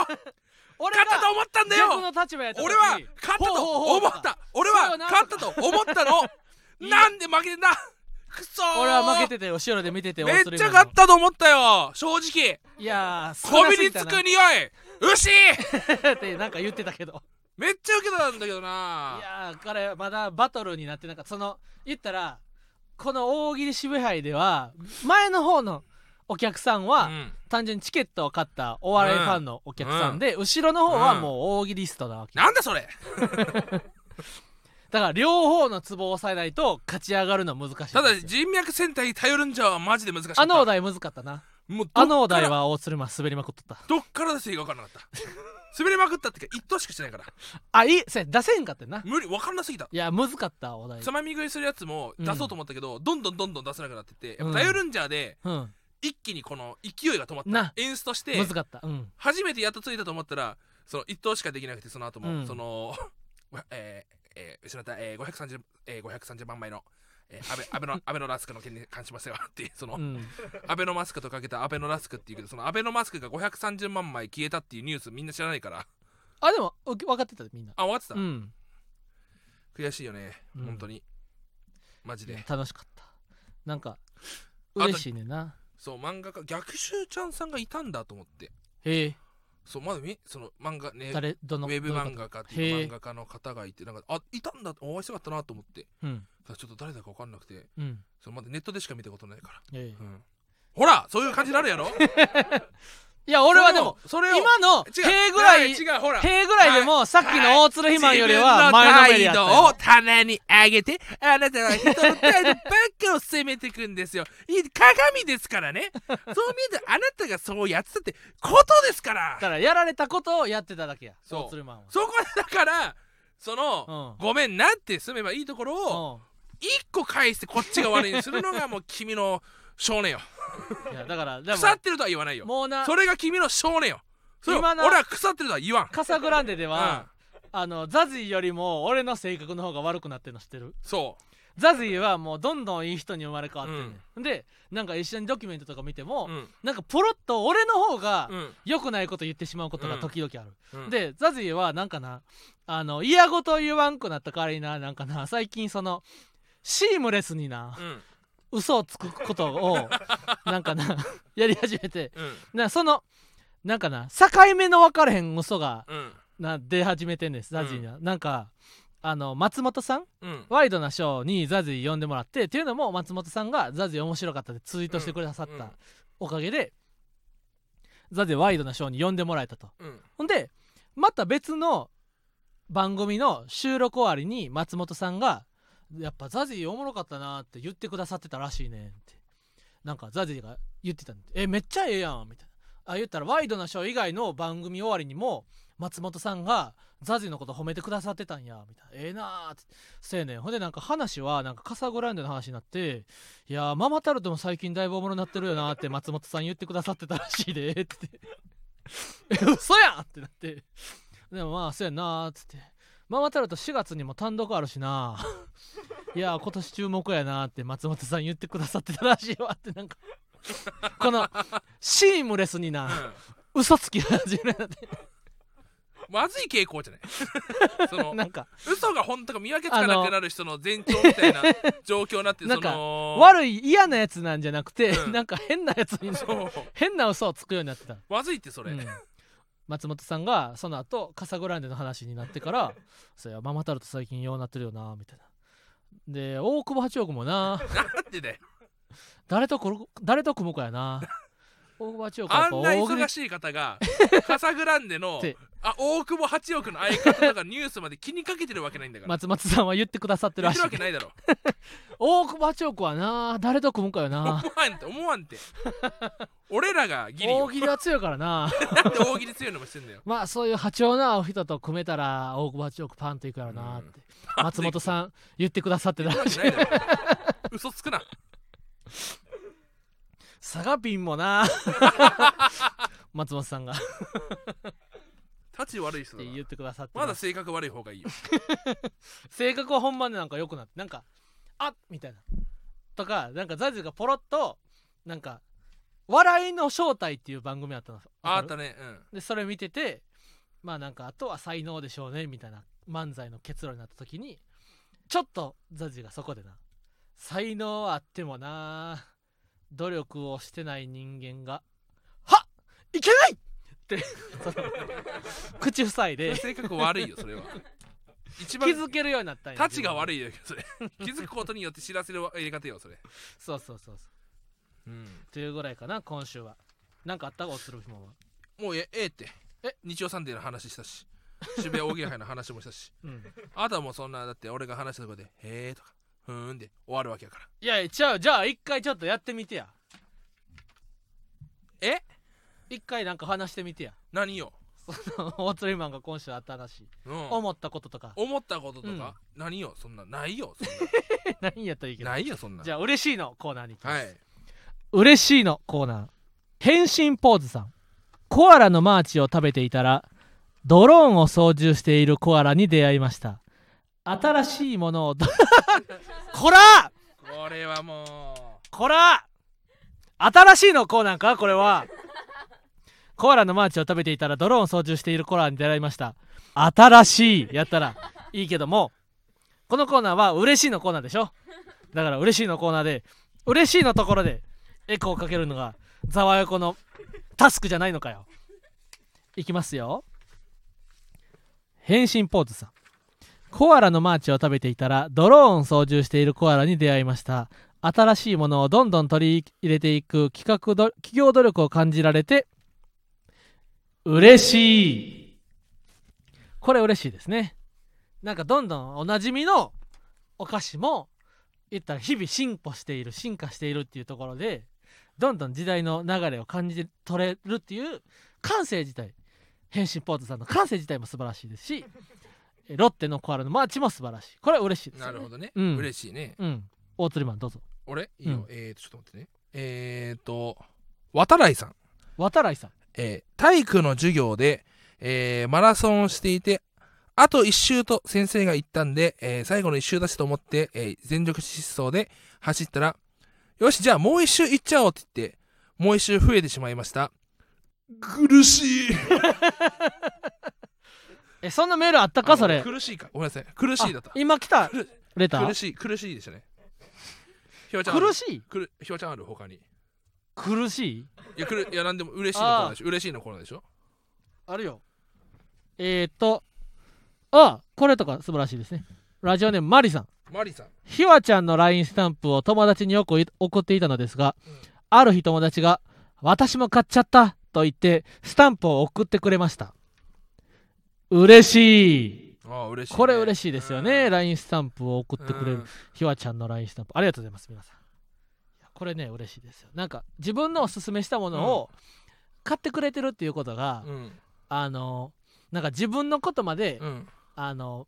[SPEAKER 1] 俺
[SPEAKER 2] 勝ったと思ったんだよ
[SPEAKER 1] 逆の立場やった時
[SPEAKER 2] 俺は勝ったと思
[SPEAKER 1] ほうほうほう
[SPEAKER 2] った俺は
[SPEAKER 1] そうなんとか
[SPEAKER 2] 勝ったと思ったのなんで負けてんだくそー
[SPEAKER 1] 俺は負けてたよ後ろで見てて
[SPEAKER 2] めっ
[SPEAKER 1] オーストラ
[SPEAKER 2] ち
[SPEAKER 1] リ
[SPEAKER 2] ゃ
[SPEAKER 1] アの
[SPEAKER 2] 勝ったと思ったよ正直
[SPEAKER 1] いやー
[SPEAKER 2] こびりつ
[SPEAKER 1] 少な
[SPEAKER 2] く
[SPEAKER 1] すぎ
[SPEAKER 2] 匂い牛
[SPEAKER 1] たな ってなんか言ってたけど
[SPEAKER 2] めっちゃ受けたんだけど
[SPEAKER 1] い
[SPEAKER 2] な
[SPEAKER 1] やー彼まだバトルになってなんかったその言ったらこの大喜利渋杯では前の方のお客さんは、
[SPEAKER 2] うん
[SPEAKER 1] 単純にチケットを買ったお笑いファンのお客さんで、後ろの方はもう大喜利ストなわけ、
[SPEAKER 2] なんだそれ
[SPEAKER 1] だから両方のツボを押さえないと勝ち上がるのは難しい
[SPEAKER 2] た
[SPEAKER 1] ん
[SPEAKER 2] だ
[SPEAKER 1] ですよ
[SPEAKER 2] 人脈センターに頼るんじゃマジで難しかった
[SPEAKER 1] あのお題難かったな
[SPEAKER 2] もうどっから
[SPEAKER 1] あのお題は大鶴間滑りまくっとった
[SPEAKER 2] どっから出していいか分からなかった滑りまくったってか一等しかしてないから
[SPEAKER 1] あいいせ出せんかったよな
[SPEAKER 2] 無理分からなすぎた
[SPEAKER 1] いや難かったお題
[SPEAKER 2] つまみ食いするやつも出そうと思ったけど、どんどんどんどん出せなくなってってやっぱダイオルンジャーで
[SPEAKER 1] うん
[SPEAKER 2] 一気にこの勢いが止まった
[SPEAKER 1] な
[SPEAKER 2] 演出として
[SPEAKER 1] 難かったうん
[SPEAKER 2] 初めてやっとついたと思ったらその一等しかできなくてその後
[SPEAKER 1] う
[SPEAKER 2] も、
[SPEAKER 1] ん
[SPEAKER 2] その えーえー、失った、えー、530, えー、530万枚の、えー、安倍 安倍の安倍のラスクの件に関しますよっていうその、
[SPEAKER 1] うん
[SPEAKER 2] 安倍のマスクとかけた安倍のラスクっていうけどその安倍のマスクが530万枚消えたっていうニュースみんな知らないから
[SPEAKER 1] あでもお分かってたでみんな
[SPEAKER 2] あ終わってた、
[SPEAKER 1] うん
[SPEAKER 2] 悔しいよね、
[SPEAKER 1] うん
[SPEAKER 2] 本当にマジ
[SPEAKER 1] いや
[SPEAKER 2] で
[SPEAKER 1] 楽しかったなんか
[SPEAKER 2] と
[SPEAKER 1] 嬉しいねんな
[SPEAKER 2] そう漫画家逆襲ちゃんさんがいたんだと思って
[SPEAKER 1] へ
[SPEAKER 2] そうまだみその漫画
[SPEAKER 1] え
[SPEAKER 2] ね
[SPEAKER 1] 誰ど
[SPEAKER 2] ウ
[SPEAKER 1] の
[SPEAKER 2] ェブ
[SPEAKER 1] どの方
[SPEAKER 2] 漫画家っていう
[SPEAKER 1] へえ
[SPEAKER 2] 漫画家の方がいてなんかあいたんだお会いしたかったなと思って
[SPEAKER 1] うん
[SPEAKER 2] ただちょっと誰だか分かんなくて
[SPEAKER 1] うん
[SPEAKER 2] そのまだネットでしか見たことないか
[SPEAKER 1] ええ
[SPEAKER 2] ら、うんほらそういう感じにな るやろ
[SPEAKER 1] いや俺はでも
[SPEAKER 2] それを
[SPEAKER 1] 今の
[SPEAKER 2] それを違
[SPEAKER 1] 塀
[SPEAKER 2] う
[SPEAKER 1] ぐらい
[SPEAKER 2] 違うほら
[SPEAKER 1] 塀ぐらいでもさっきの大鶴肥満よりは前のめりやった
[SPEAKER 2] 自分の態度を
[SPEAKER 1] よ
[SPEAKER 2] 棚に上げてあなたは人の態度ばっかを責めてくんですよいい鏡ですか らねそう見えてあなたがそうやってたってことですか
[SPEAKER 1] だ
[SPEAKER 2] ら
[SPEAKER 1] からやられたことをやってただけや
[SPEAKER 2] そう
[SPEAKER 1] 大鶴マン
[SPEAKER 2] そこだからその、
[SPEAKER 1] は
[SPEAKER 2] ごめんなって住めばいいところを一個返してこっちが悪いにするのがもう君の少年よ
[SPEAKER 1] うんいやだからでも
[SPEAKER 2] 腐ってるとは言わないよ
[SPEAKER 1] もうな
[SPEAKER 2] それが君の少年よそれを
[SPEAKER 1] 今な
[SPEAKER 2] 俺は腐ってるとは言わん
[SPEAKER 1] カサグランデで
[SPEAKER 2] うん
[SPEAKER 1] は、あのザジーよりも俺の性格の方が悪くなってるの知ってる
[SPEAKER 2] そ
[SPEAKER 1] ザジーはもうどんどんいい人に生まれ変わってんねん、でなんか一緒にドキュメントとか見ても、
[SPEAKER 2] ううん
[SPEAKER 1] なんかポロッと俺の方が
[SPEAKER 2] うん
[SPEAKER 1] 良くないこと言ってしまうことが時々ある、
[SPEAKER 2] うん
[SPEAKER 1] でザジーはなんかなあの嫌ごと言わんくなった代わりにななんかな最近そのシームレスにな
[SPEAKER 2] うん
[SPEAKER 1] 嘘をつくことをなんかなやり始めて
[SPEAKER 2] うん
[SPEAKER 1] なそのなんかな境目の分かれへん嘘が
[SPEAKER 2] うん
[SPEAKER 1] な出始めてんですザジーには、なんかあの松本さん
[SPEAKER 2] うん
[SPEAKER 1] ワイドなショーにザジー呼んでもらってっていうのも松本さんがザジー面白かったってツイートしてくださっ
[SPEAKER 2] うんうん
[SPEAKER 1] たおかげで、ザジーワイドなショーに呼んでもらえたと
[SPEAKER 2] うん
[SPEAKER 1] ほんでまた別の番組の収録終わりに松本さんが「やっぱザジーおもろかったな」って言ってくださってたらしいねんってなんかザジーが言ってたんで「えめっちゃええやん」みたいなあ言ったらワイドなショー以外の番組終わりにも松本さんがザジーのこと褒めてくださってたんやみたいなええなーってせえねんほんでなんか話はなんかカサゴランドの話になって「いやーママタルトも最近だいぶおもろなってるよな」って松本さん言ってくださってたらしいでってえ嘘やんってなってでもまあそうやなーっつってママタルト4月にも単独あるしないやー今年注目やなーって松本さん言ってくださってたらしいわってなんかこのシームレスにな嘘つき始めたって
[SPEAKER 2] まずい傾向じゃない その
[SPEAKER 1] なんか
[SPEAKER 2] 嘘が本当か見分けつかなくなる人の前兆みたいな状況になって
[SPEAKER 1] なんか
[SPEAKER 2] その
[SPEAKER 1] 悪い嫌なやつなんじゃなくて、
[SPEAKER 2] うん
[SPEAKER 1] なんか変なやつに
[SPEAKER 2] そう
[SPEAKER 1] 変な嘘をつくようになってた
[SPEAKER 2] まずいってそれ、
[SPEAKER 1] うん松本さんがその後カサグランデの話になって から「そうやママタルト最近ようなってるよな」みたいな。で大久保八王子も な
[SPEAKER 2] なんでだよ
[SPEAKER 1] 誰とこ誰と組むかやな大久保八王子はや
[SPEAKER 2] あ
[SPEAKER 1] っぱ
[SPEAKER 2] んな
[SPEAKER 1] 大喜利
[SPEAKER 2] 忙しい方 がカサグランデの
[SPEAKER 1] って
[SPEAKER 2] あ大久保八億の相方とかニュースまで気にかけてるわけないんだから
[SPEAKER 1] 松本さんは言ってくださってる
[SPEAKER 2] 言っ
[SPEAKER 1] ら
[SPEAKER 2] て
[SPEAKER 1] し
[SPEAKER 2] る
[SPEAKER 1] い
[SPEAKER 2] わけないだろ
[SPEAKER 1] 大久保八王子はな誰と組むかよな
[SPEAKER 2] 思わんって思わんって俺らがギリよ
[SPEAKER 1] 大喜利は強いからな
[SPEAKER 2] なんで大喜利強いのもしてんだよ
[SPEAKER 1] まあそういう波長の合う人と組めたら大久保八王子パンといくやろなって、松本さん言ってくださってた
[SPEAKER 2] 言
[SPEAKER 1] らしい
[SPEAKER 2] ってるわけないだろ嘘つくな
[SPEAKER 1] サガピンもな 松本さんがっ
[SPEAKER 2] 立ち悪い人だ
[SPEAKER 1] て
[SPEAKER 2] な
[SPEAKER 1] 言ってくださって
[SPEAKER 2] ま
[SPEAKER 1] ま
[SPEAKER 2] だ
[SPEAKER 1] す
[SPEAKER 2] 性格悪い方がいいよ
[SPEAKER 1] 性格は本番でなんか良くなってなんか「あっ!」みたいなとかなんかザジがポロッとなんか「笑いの正体」っていう番組あったの
[SPEAKER 2] あ
[SPEAKER 1] わ
[SPEAKER 2] っ
[SPEAKER 1] か
[SPEAKER 2] た
[SPEAKER 1] る
[SPEAKER 2] ね
[SPEAKER 1] でそれ見ててまあなんかあとは才能でしょうねみたいな漫才の結論になった時にちょっとザジがそこでな才能はあってもな努力をしてない人間がはっいけないってその口塞いで
[SPEAKER 2] 性格悪いよそ れは一
[SPEAKER 1] 気
[SPEAKER 2] 番
[SPEAKER 1] づけるようになったんや
[SPEAKER 2] タチが
[SPEAKER 1] い
[SPEAKER 2] 悪いよそれ 気づくことによって知らせる入れ方よそれ
[SPEAKER 1] そうそうそうそう
[SPEAKER 2] うん
[SPEAKER 1] というぐらいかな今週はなんかあったかおつるひもは
[SPEAKER 2] もうえええって
[SPEAKER 1] え
[SPEAKER 2] 日曜サンデーの話したし渋谷大喜利杯の話もしたし
[SPEAKER 1] うん
[SPEAKER 2] あとはもうそんなだって俺が話したとこで「へえ」とか「ふーん」で終わるわけやから
[SPEAKER 1] いやいやじゃあじゃあ一回ちょっとやってみてや
[SPEAKER 2] え
[SPEAKER 1] 一回なんか話してみてや
[SPEAKER 2] 何よ、
[SPEAKER 1] そのおつるひマンが今週あった話
[SPEAKER 2] うん、
[SPEAKER 1] 思ったこととか
[SPEAKER 2] 思ったこととか、何よそんなないよ そん
[SPEAKER 1] 何やったらいいけ
[SPEAKER 2] な
[SPEAKER 1] ど
[SPEAKER 2] ないよそんな
[SPEAKER 1] じゃあ嬉しいのコーナーに行きます、
[SPEAKER 2] はい
[SPEAKER 1] 嬉しいのコーナー変身ポーズさんコアラのマーチを食べていたらドローンを操縦しているコアラに出会いました新しいものを どこら
[SPEAKER 2] これはも
[SPEAKER 1] こら新しいのコーナーかこれはコアラのマーチを食べていたらドローンを操縦しているコアラに出会いました新しいやったらいいけどもこのコーナーは嬉しいのコーナーでしょだから嬉しいのコーナーで嬉しいのところでエコーをかけるのがざわよこのタスクじゃないのかよいきますよ変身ポーズさんコアラのマーチを食べていたらドローンを操縦しているコアラに出会いました新しいものをどんどん取り入れていく企画ど企業努力を感じられて嬉しいこれ嬉しいですねなんかどんどんおなじみのお菓子も言ったら日々進歩している進化しているっていうところでどんどん時代の流れを感じ取れるっていう感性自体変身ポーズさんの感性自体も素晴らしいですしえロッテのコアラのマーチも素晴らしいこれは嬉しいうですよ
[SPEAKER 2] な
[SPEAKER 1] ね
[SPEAKER 2] るほどね、
[SPEAKER 1] うん
[SPEAKER 2] 嬉しいね
[SPEAKER 1] うん大鳥マンどうぞ
[SPEAKER 2] 俺いいよ、
[SPEAKER 1] うん
[SPEAKER 2] えーとちょっと待ってねえーと渡来さん
[SPEAKER 1] 渡来さん
[SPEAKER 2] えー体育の授業で、えーマラソンをしていて、あと1周と先生が言ったんで、えー最後の1周だしと思って、えー全力疾走で走ったら、よし、じゃあもう1周行っちゃおうって言って、もう1周増えてしまいました。苦しい。
[SPEAKER 1] えそんなメールあったかそれ
[SPEAKER 2] 苦しいか。ごめんなさい。苦しいだった
[SPEAKER 1] あ。今来た
[SPEAKER 2] 苦
[SPEAKER 1] レター
[SPEAKER 2] 苦しい、苦しいでしたね。ひわちゃんある
[SPEAKER 1] 苦しい
[SPEAKER 2] くるひわちゃんある他に。い
[SPEAKER 1] 苦しい
[SPEAKER 2] や、くるいやなんでも嬉しいのコーナーでしょ。嬉しいのコーナーでしょ。
[SPEAKER 1] あるよえー、っとあこれとか素晴らしいですねラジオネームマリさん
[SPEAKER 2] マリさん。
[SPEAKER 1] ひわちゃんの LINE スタンプを友達によくい送っていたのですが、
[SPEAKER 2] うん
[SPEAKER 1] ある日友達が「私も買っちゃった」と言ってスタンプを送ってくれました嬉しい
[SPEAKER 2] ああ、嬉しい、
[SPEAKER 1] これ嬉しいですよね、LINE スタンプを送
[SPEAKER 2] うん。
[SPEAKER 1] ってくれる
[SPEAKER 2] うん
[SPEAKER 1] ひわちゃんの LINE スタンプありがとうございます皆さんいやこれね嬉しいですよなんか自分のおすすめしたものを買ってくれてるっていうことが、
[SPEAKER 2] うん。
[SPEAKER 1] あのなんか自分のことまで、
[SPEAKER 2] うん。
[SPEAKER 1] あの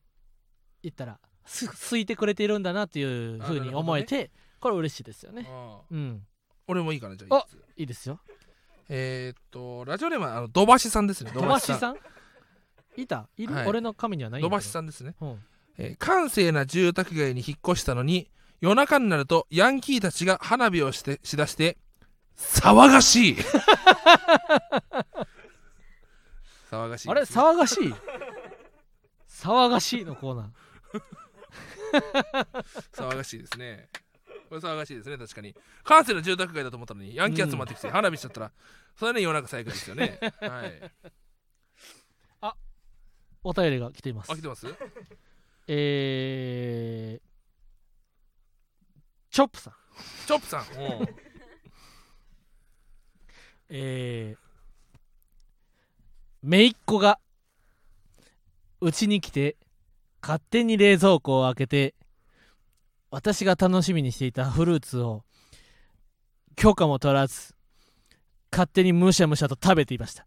[SPEAKER 1] 言ったらす好いてくれているんだなっていうふう
[SPEAKER 2] あなるほど
[SPEAKER 1] に
[SPEAKER 2] ね
[SPEAKER 1] 思えて、これ嬉しいですよね
[SPEAKER 2] ああ
[SPEAKER 1] うん
[SPEAKER 2] 俺もいいかなじゃあいつ
[SPEAKER 1] いいですよ
[SPEAKER 2] えーっとラジオネームはあの土橋さんですね
[SPEAKER 1] 飛ばしさんいたいる、
[SPEAKER 2] はい
[SPEAKER 1] 俺の神にはない
[SPEAKER 2] 土橋
[SPEAKER 1] ん
[SPEAKER 2] さんですね、
[SPEAKER 1] やけど、うん
[SPEAKER 2] えー閑静な住宅街に引っ越したのに夜中になるとヤンキーたちが花火をしてしだして騒がし い騒がしい
[SPEAKER 1] あれ騒がしい騒がしいのコーナー
[SPEAKER 2] 騒がしいですねこれ騒がしいですね確かに閑静な住宅街だと思ったのにヤンキー集まってきて花火しちゃったら、それはね夜中最悪です よねはい
[SPEAKER 1] お便りが来ています
[SPEAKER 2] あ来てます
[SPEAKER 1] えーチョップさん、
[SPEAKER 2] チョップ さんおう
[SPEAKER 1] えー姪っ子がうちに来て勝手に冷蔵庫を開けて私が楽しみにしていたフルーツを許可も取らず勝手にむしゃむしゃと食べていました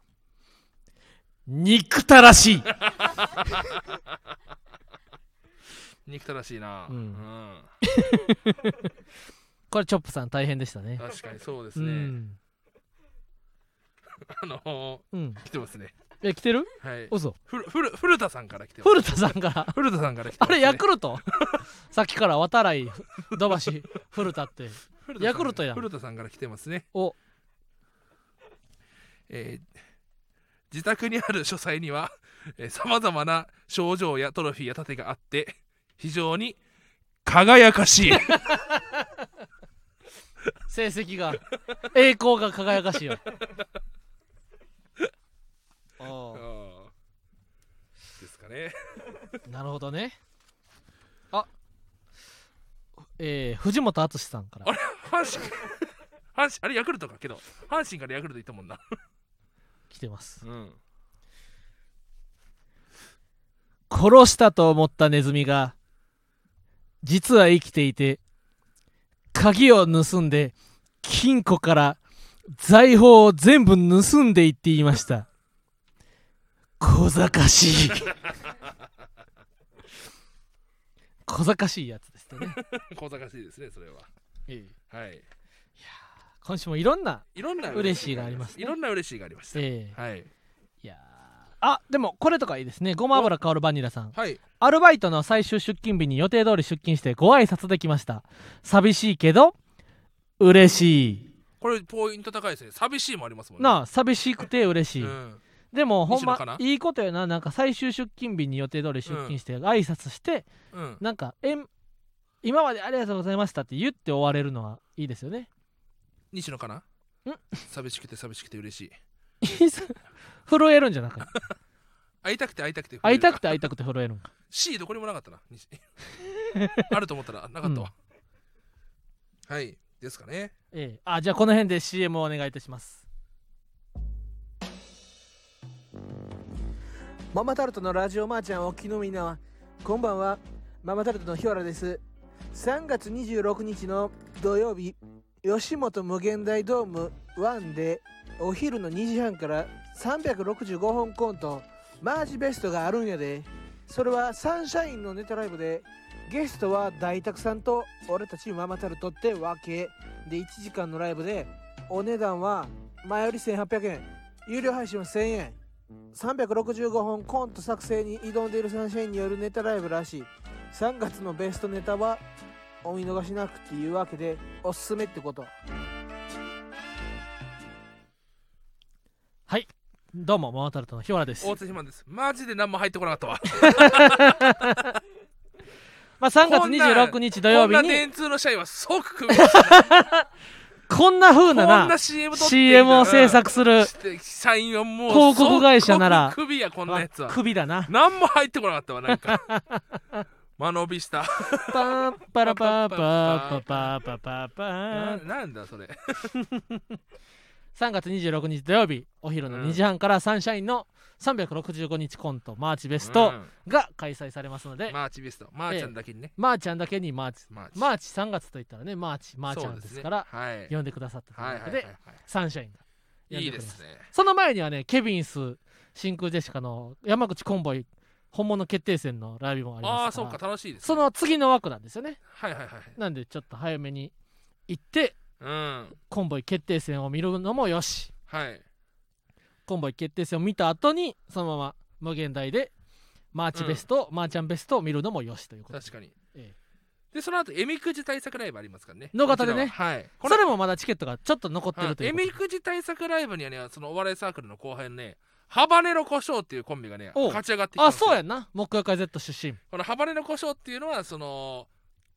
[SPEAKER 1] 憎たらしい
[SPEAKER 2] 憎たらしいな、
[SPEAKER 1] うん
[SPEAKER 2] うん
[SPEAKER 1] これチョップさん大変でしたね
[SPEAKER 2] 確かにそうです
[SPEAKER 1] う
[SPEAKER 2] ね、
[SPEAKER 1] ん、
[SPEAKER 2] あのー
[SPEAKER 1] うん、
[SPEAKER 2] 来てますね
[SPEAKER 1] え来てる
[SPEAKER 2] はい
[SPEAKER 1] 嘘
[SPEAKER 2] ふるふる古田さんから来てます
[SPEAKER 1] 古田さんから
[SPEAKER 2] 古田さんから来て
[SPEAKER 1] あ
[SPEAKER 2] ます、ね、
[SPEAKER 1] れヤクルト さっきから渡来土橋古田って
[SPEAKER 2] 古田さん
[SPEAKER 1] ヤクルトやん
[SPEAKER 2] 古田さんから来てますね
[SPEAKER 1] お
[SPEAKER 2] えー自宅にある書斎にはさまざまな賞状やトロフィーや盾があって非常に輝かしい
[SPEAKER 1] 成績が栄光が輝かしいよおう
[SPEAKER 2] あーですかね。
[SPEAKER 1] なるほどねあえー、藤本敦さんから
[SPEAKER 2] あれ阪神阪神あれヤクルトかけど阪神からヤクルト行ったもんな。
[SPEAKER 1] 来てます
[SPEAKER 2] うん。
[SPEAKER 1] 殺したと思ったネズミが実は生きていて鍵を盗んで金庫から財宝を全部盗んでいっていました小賢しい小賢しいやつですね、
[SPEAKER 2] 小賢しいですねそれは。はい。
[SPEAKER 1] 今週もいろんな、
[SPEAKER 2] いろんな
[SPEAKER 1] 嬉しいがありますね
[SPEAKER 2] いろんな嬉しいがありました。
[SPEAKER 1] ええ
[SPEAKER 2] はい。
[SPEAKER 1] いやーあでもこれとかいいですねごま油香るバニラさん
[SPEAKER 2] はい。
[SPEAKER 1] アルバイトの最終出勤日に予定通り出勤してご挨拶できました。寂しいけど、嬉しい。
[SPEAKER 2] これポイント高いですね。寂しいもありますもんね。
[SPEAKER 1] なあ、寂しくて嬉し
[SPEAKER 2] う
[SPEAKER 1] い。
[SPEAKER 2] ん。
[SPEAKER 1] でも、ほん
[SPEAKER 2] 西野か
[SPEAKER 1] ま
[SPEAKER 2] な、
[SPEAKER 1] いいことやな。なんか最終出勤日に予定通り出勤して挨拶して、
[SPEAKER 2] うん。
[SPEAKER 1] なんか、えん今までありがとうございましたって言って終われるのはいいですよね。
[SPEAKER 2] 西野かなん寂しくて寂しくて嬉しい。
[SPEAKER 1] 震えるんじゃなくて、
[SPEAKER 2] 会いたくて会いたくて。
[SPEAKER 1] 会いたくて会いたくて震えるんか。
[SPEAKER 2] C どこにもなかったな。西 あると思ったらなかったわ。はい。ですかね。
[SPEAKER 1] ええ、あじゃあこの辺で CM をお願いいたしますママタルトのラジオマーちゃんをお聞きのみんなはこんばんはママタルトの日原です3月26日の土曜日吉本無限大ドーム1でお昼の2時半から365本コントマージベストがあるんやでそれはサンシャインのネタライブでゲストは大沢さんと俺たちママタルトってわけで1時間のライブでお値段は前より1800円有料配信は1000円365本コント作成に挑んでいるサンシャインによるネタライブらしい3月のベストネタはお見逃しなくっていうわけでおすすめってことはいどうもママタルトの日原です
[SPEAKER 2] 大津ひまんです。マジで何も入ってこなかったわ。
[SPEAKER 1] まあ、3月
[SPEAKER 2] こんな
[SPEAKER 1] 26日土曜
[SPEAKER 2] こ
[SPEAKER 1] 日
[SPEAKER 2] んな
[SPEAKER 1] に
[SPEAKER 2] 電通の社員は即組みました。
[SPEAKER 1] こんな風
[SPEAKER 2] こん
[SPEAKER 1] な
[SPEAKER 2] な
[SPEAKER 1] な
[SPEAKER 2] CM 撮って
[SPEAKER 1] CM を制作する
[SPEAKER 2] して社員はもう
[SPEAKER 1] 広告会社なら
[SPEAKER 2] 即クビやこんなやつは。
[SPEAKER 1] 首だな
[SPEAKER 2] 何も入ってこなかったわなんか。 間延びした。
[SPEAKER 1] パンパラパーパーパーパーパーパ
[SPEAKER 2] な
[SPEAKER 1] ー
[SPEAKER 2] なんだそれ。
[SPEAKER 1] 3月26日土曜日お昼の2時半からサンシャインの365日コントマーチベスト
[SPEAKER 2] うん
[SPEAKER 1] が開催されますので、
[SPEAKER 2] マーチベスト。マーちゃんだけにね。
[SPEAKER 1] マーちゃんだけにマーチ
[SPEAKER 2] マーチ。
[SPEAKER 1] マーチ3月といったらねマーチマーちゃんですから
[SPEAKER 2] そうですね
[SPEAKER 1] 呼んでくださったと
[SPEAKER 2] はいいは
[SPEAKER 1] う
[SPEAKER 2] い
[SPEAKER 1] こと
[SPEAKER 2] はいはい
[SPEAKER 1] でサンシャインが
[SPEAKER 2] はい。いいです
[SPEAKER 1] ね
[SPEAKER 2] ね。
[SPEAKER 1] その前にはねケビンス真空ジェシカの山口コンボイ本物決定戦のライブもあり
[SPEAKER 2] ああ
[SPEAKER 1] ま
[SPEAKER 2] ー、
[SPEAKER 1] すか
[SPEAKER 2] そう
[SPEAKER 1] ら
[SPEAKER 2] か、楽しいですね。
[SPEAKER 1] その次の枠なんですよね
[SPEAKER 2] はいはいはい。
[SPEAKER 1] なんでちょっと早めに行って
[SPEAKER 2] うん。
[SPEAKER 1] コンボイ決定戦を見るのもよし
[SPEAKER 2] はい。
[SPEAKER 1] コンボイ決定戦を見た後にそのまま無限大でマーチベスト、マーチャンベストを見るのもよしということで
[SPEAKER 2] 確かに
[SPEAKER 1] え。
[SPEAKER 2] で、その後、えみくじ対策ライブありますからね。
[SPEAKER 1] 野方でね
[SPEAKER 2] こちらははい。こ
[SPEAKER 1] それもまだチケットがちょっと残ってるとい
[SPEAKER 2] え
[SPEAKER 1] うこと
[SPEAKER 2] みくじ対策ライブにはね、そのお笑いサークルの後輩のね、ハバネロ胡椒っていうコンビがね、
[SPEAKER 1] おう
[SPEAKER 2] 勝ち上がってきたん
[SPEAKER 1] あ
[SPEAKER 2] ですよ
[SPEAKER 1] そうやんな木曜会 Z 出身
[SPEAKER 2] このハバネロ胡椒っていうのは、その、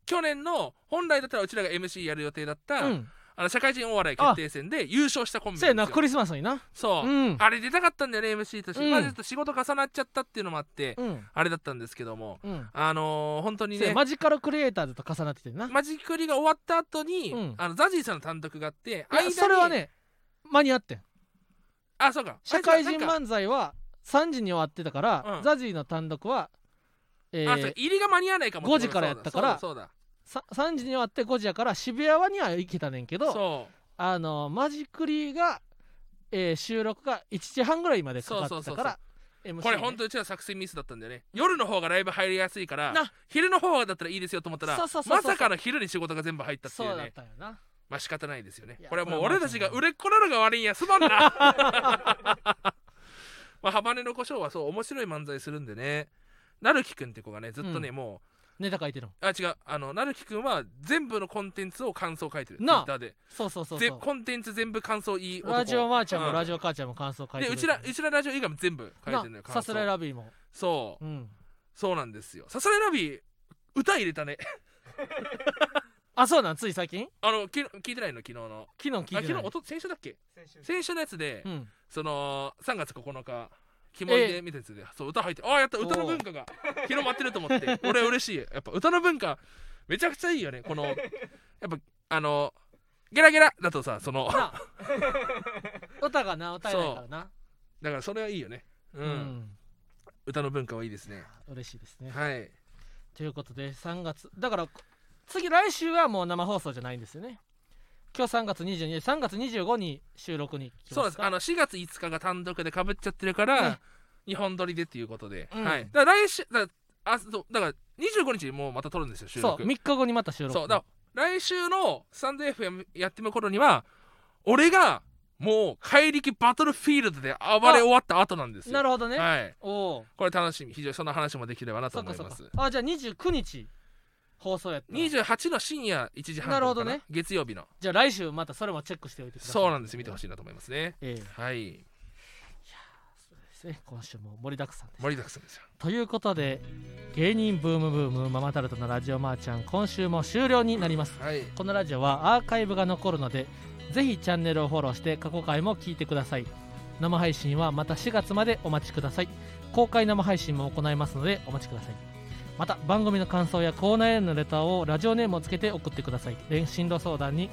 [SPEAKER 2] 去年の本来だったらうちらが MC やる予定だった、
[SPEAKER 1] うん
[SPEAKER 2] あの社会人お笑い決定戦で優勝したコンビ
[SPEAKER 1] そ
[SPEAKER 2] な
[SPEAKER 1] うや
[SPEAKER 2] ん
[SPEAKER 1] な
[SPEAKER 2] ですよ
[SPEAKER 1] クリスマスにな
[SPEAKER 2] そう、
[SPEAKER 1] うん
[SPEAKER 2] あれ出たかったんだよね MC として、
[SPEAKER 1] うん
[SPEAKER 2] まあちょっと仕事重なっちゃったっていうのもあって、
[SPEAKER 1] うん
[SPEAKER 2] あれだったんですけども
[SPEAKER 1] うん
[SPEAKER 2] あのー本当に
[SPEAKER 1] そうや
[SPEAKER 2] ね
[SPEAKER 1] マジカルクリエイターズと重なっててんな、
[SPEAKER 2] マジクリが終わった後に、
[SPEAKER 1] うん
[SPEAKER 2] あのザジーさんの単独があって
[SPEAKER 1] いや
[SPEAKER 2] 間に
[SPEAKER 1] それはね間に合ってん
[SPEAKER 2] あそうか
[SPEAKER 1] 社会人
[SPEAKER 2] あいつはなんか
[SPEAKER 1] 漫才は3時に終わってたから、
[SPEAKER 2] うん
[SPEAKER 1] ザジーの単独は、え
[SPEAKER 2] あそう
[SPEAKER 1] ー、
[SPEAKER 2] 入りが間に合わないかも
[SPEAKER 1] 5時からやったから
[SPEAKER 2] そうだ
[SPEAKER 1] さ3時に終わって5時やから渋谷には行けたねんけ
[SPEAKER 2] そうだ
[SPEAKER 1] どあのマジクリが、えー収録が1時半ぐらいまでかかってたから
[SPEAKER 2] そう
[SPEAKER 1] MC
[SPEAKER 2] これ本
[SPEAKER 1] 当
[SPEAKER 2] 当うちら作戦ミスだったんだよね夜の方がライブ入りやすいから
[SPEAKER 1] な
[SPEAKER 2] 昼の方だったらいいですよと思ったら
[SPEAKER 1] そうそうそうそう
[SPEAKER 2] まさかの昼に仕事が全部入ったってい
[SPEAKER 1] そう
[SPEAKER 2] う
[SPEAKER 1] だっ
[SPEAKER 2] ね
[SPEAKER 1] たよな
[SPEAKER 2] まあ仕方ないですよね
[SPEAKER 1] いや
[SPEAKER 2] これはもう
[SPEAKER 1] これは
[SPEAKER 2] 俺
[SPEAKER 1] まあ
[SPEAKER 2] たちが売れっ子なのが悪いんやす まんな まあハバネの胡椒はそう面白い漫才するんでねなるきくんって子がねずっとね、
[SPEAKER 1] う
[SPEAKER 2] もう
[SPEAKER 1] ネタ書いてるの
[SPEAKER 2] あ違うあのなるきくんは全部のコンテンツを感想を書いてるツイ
[SPEAKER 1] なあ
[SPEAKER 2] ッターで
[SPEAKER 1] そうそうそう
[SPEAKER 2] ぜ
[SPEAKER 1] そう
[SPEAKER 2] コンテンツ全部感想いい男
[SPEAKER 1] ラジオマーちゃんも
[SPEAKER 2] うん
[SPEAKER 1] ラジオ母ちゃんも感想書いて
[SPEAKER 2] で
[SPEAKER 1] る
[SPEAKER 2] うちらうちらラジオ以外も全部書いてるの
[SPEAKER 1] な
[SPEAKER 2] よ感
[SPEAKER 1] さ
[SPEAKER 2] 想
[SPEAKER 1] すらいラビーも
[SPEAKER 2] そう
[SPEAKER 1] うん
[SPEAKER 2] そうなんですよさすらいラビー歌入れたね
[SPEAKER 1] あそうなんつい最近
[SPEAKER 2] あのき聞いてないの昨日の
[SPEAKER 1] 昨日聞
[SPEAKER 2] あ
[SPEAKER 1] いて
[SPEAKER 2] 昨
[SPEAKER 1] な
[SPEAKER 2] 日お
[SPEAKER 1] い
[SPEAKER 2] と先週だっけ
[SPEAKER 3] 先週
[SPEAKER 2] 先週のやつで、
[SPEAKER 1] うん
[SPEAKER 2] その3月9日キモいでみたいなやつで、そう歌入ってああやった歌の文化が広まってると思って 俺嬉しいやっぱ歌の文化めちゃくちゃいいよねこのやっぱあのゲラゲラだとさその
[SPEAKER 1] な歌がな歌えないからな
[SPEAKER 2] だからそれはいいよねうん、
[SPEAKER 1] うん
[SPEAKER 2] 歌の文化はいいですね
[SPEAKER 1] 嬉しいですね
[SPEAKER 2] はい
[SPEAKER 1] ということで3月だから次来週はもう生放送じゃないんですよね今日3月22 3月25に収録に来
[SPEAKER 2] そう
[SPEAKER 1] ま
[SPEAKER 2] ですすあ
[SPEAKER 1] か
[SPEAKER 2] の4月5日が単独でかぶっちゃってるから、
[SPEAKER 1] ね
[SPEAKER 2] 日本撮りでっていうことで、
[SPEAKER 1] うん
[SPEAKER 2] はいだから来週だからあそうだから25日にもうまた撮るんですよ収録
[SPEAKER 1] そう3日後にまた収録
[SPEAKER 2] そうだから来週のスタンド FM やってみる頃には俺がもう怪力バトルフィールドで暴れ終わった後なんですよ
[SPEAKER 1] なるほどね、
[SPEAKER 2] はい
[SPEAKER 1] おお
[SPEAKER 2] これ楽しみ非常にその話もできればなと
[SPEAKER 1] そっ
[SPEAKER 2] 思
[SPEAKER 1] か
[SPEAKER 2] い
[SPEAKER 1] そっ
[SPEAKER 2] ま
[SPEAKER 1] か
[SPEAKER 2] す
[SPEAKER 1] あじゃあ29日放送やったじ
[SPEAKER 2] 28の深夜1時半
[SPEAKER 1] なるほど
[SPEAKER 2] とか
[SPEAKER 1] ね
[SPEAKER 2] 月曜日の
[SPEAKER 1] ゃあ来週またそれもチェックしておいてください
[SPEAKER 2] そうなんです見てほしいなと思いますね
[SPEAKER 1] ええ
[SPEAKER 2] はい
[SPEAKER 1] そうですね今週も盛りだくさんです
[SPEAKER 2] 盛りだくさんですよ
[SPEAKER 1] ということで芸人ブームブームママタルトのラジオマーちゃん今週も終了になります
[SPEAKER 2] はい
[SPEAKER 1] このラジオはアーカイブが残るのでぜひチャンネルをフォローして過去回も聞いてください生配信はまた4月までお待ちください公開生配信も行いますのでお待ちくださいまた番組の感想やコーナーへのレターをラジオネームをつけて送ってください恋進路相談に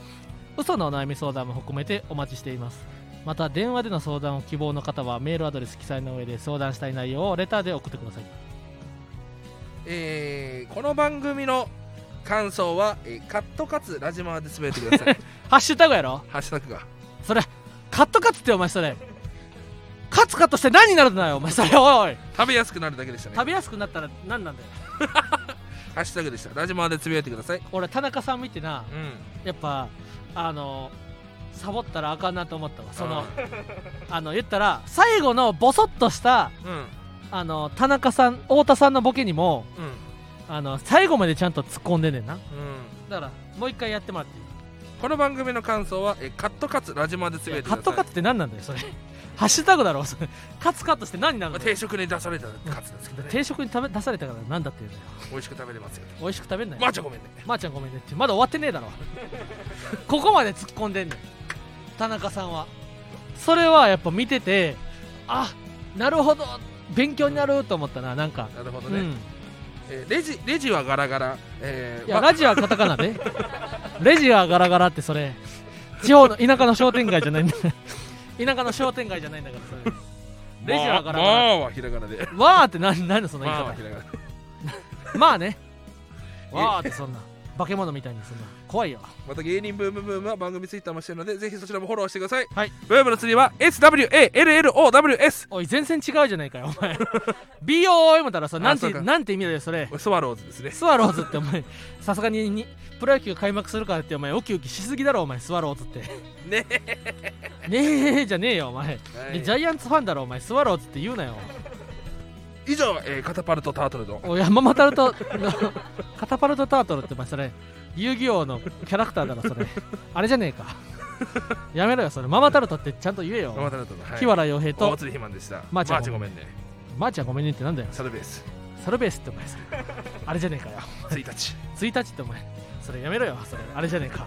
[SPEAKER 1] 嘘のお悩み相談も含めてお待ちしていますまた電話での相談を希望の方はメールアドレス記載の上で相談したい内容をレターで送ってください
[SPEAKER 2] えーこの番組の感想は、えーカットかつラジマーでつぶやいてくださ い
[SPEAKER 1] ハッシュタグやろ
[SPEAKER 2] ハッシュタグが
[SPEAKER 1] それカットカツってお前それカツカットして何になるんだよお前それおいおい
[SPEAKER 2] 食べやすくなるだけでしたね
[SPEAKER 1] 食べやすくなったら何なんだよ
[SPEAKER 2] ハッシュタグでしたラジマーでつぶやいてください
[SPEAKER 1] 俺田中さん見てな
[SPEAKER 2] うん
[SPEAKER 1] やっぱあのサボったらあかんなと思ったわそのあの言ったら最後のボソッとした
[SPEAKER 2] うんうん
[SPEAKER 1] あの田中さん太田さんのボケにもあの最後までちゃんと突っ込んでんねんな
[SPEAKER 2] うん
[SPEAKER 1] だからもう一回やってもらっていい
[SPEAKER 2] この番組の感想はえカットカツラジマでつぶやいてく
[SPEAKER 1] カ
[SPEAKER 2] だ
[SPEAKER 1] ッ
[SPEAKER 2] さ
[SPEAKER 1] ト
[SPEAKER 2] い
[SPEAKER 1] カツって何なんだよそれハッシュタグだろそれカツカットして何になる
[SPEAKER 2] まあ
[SPEAKER 1] んだ
[SPEAKER 2] 定
[SPEAKER 1] よ
[SPEAKER 2] 食に出されたカツなんですけどね
[SPEAKER 1] 定食に食べ出されたから何だって言うんだよ
[SPEAKER 2] 美味しく食べれますよ
[SPEAKER 1] 美味しく食べんない
[SPEAKER 2] まあちゃんごめんね
[SPEAKER 1] まー、ちゃんごめんねってまだ終わってねえだろ ここまで突っ込んでんねん田中さんはそれはやっぱ見ててあなるほど勉強になると思ったななんか、
[SPEAKER 2] なるほど
[SPEAKER 1] う
[SPEAKER 2] ね、
[SPEAKER 1] ん、
[SPEAKER 2] えーレジレジはガラガラ、えー
[SPEAKER 1] いや
[SPEAKER 2] ま
[SPEAKER 1] ラジオはカタカナでレジはガラガラってそれ地方の田舎の商店街じゃ ないんだ田舎の商店街じゃないんだからそれレジはガラガラ
[SPEAKER 2] まあはひらがなで
[SPEAKER 1] わーって何何のその
[SPEAKER 2] ま
[SPEAKER 1] 言い
[SPEAKER 2] あ
[SPEAKER 1] 方
[SPEAKER 2] はひらがな
[SPEAKER 1] まあね
[SPEAKER 2] え
[SPEAKER 1] わーってそんな化け物みたいにそんな怖いよ
[SPEAKER 2] また芸人ブームブームは番組ツイッターもしてるのでぜひそちらもフォローしてください、
[SPEAKER 1] はい、
[SPEAKER 2] ブームの次は SWALLOWS
[SPEAKER 1] おい全然違うじゃないかよお前 BOM だろそれなん
[SPEAKER 2] あ
[SPEAKER 1] て
[SPEAKER 2] そうか
[SPEAKER 1] なんて意味だよそれ
[SPEAKER 2] スワローズですね
[SPEAKER 1] スワローズってお前さすがににプロ野球開幕するからってお前ウキウキしすぎだろお前スワローズって
[SPEAKER 2] ね
[SPEAKER 1] ねえじゃねえよお前、
[SPEAKER 2] はい
[SPEAKER 1] ジャイアンツファンだろお前スワローズって言うなよ
[SPEAKER 2] 以上、えーカタパルトタートルの
[SPEAKER 1] おい山マタル トカタパルトタートルってお前それ遊戯王のキャラクターだろそれあれじゃねえかやめろよそれママタルトってちゃんと言え
[SPEAKER 2] ママ
[SPEAKER 1] よ
[SPEAKER 2] タルトの、はい、
[SPEAKER 1] 木原洋平
[SPEAKER 2] 大
[SPEAKER 1] と
[SPEAKER 2] 祭りひまんでした
[SPEAKER 1] まあちゃん
[SPEAKER 2] あちゃんごめんね
[SPEAKER 1] まーちゃんごめんねってなんだよ
[SPEAKER 2] サルベース
[SPEAKER 1] サルベースってお前それあれじゃねえかよ
[SPEAKER 2] 1日
[SPEAKER 1] 1日ってお前それやめろよそれあれじゃねえか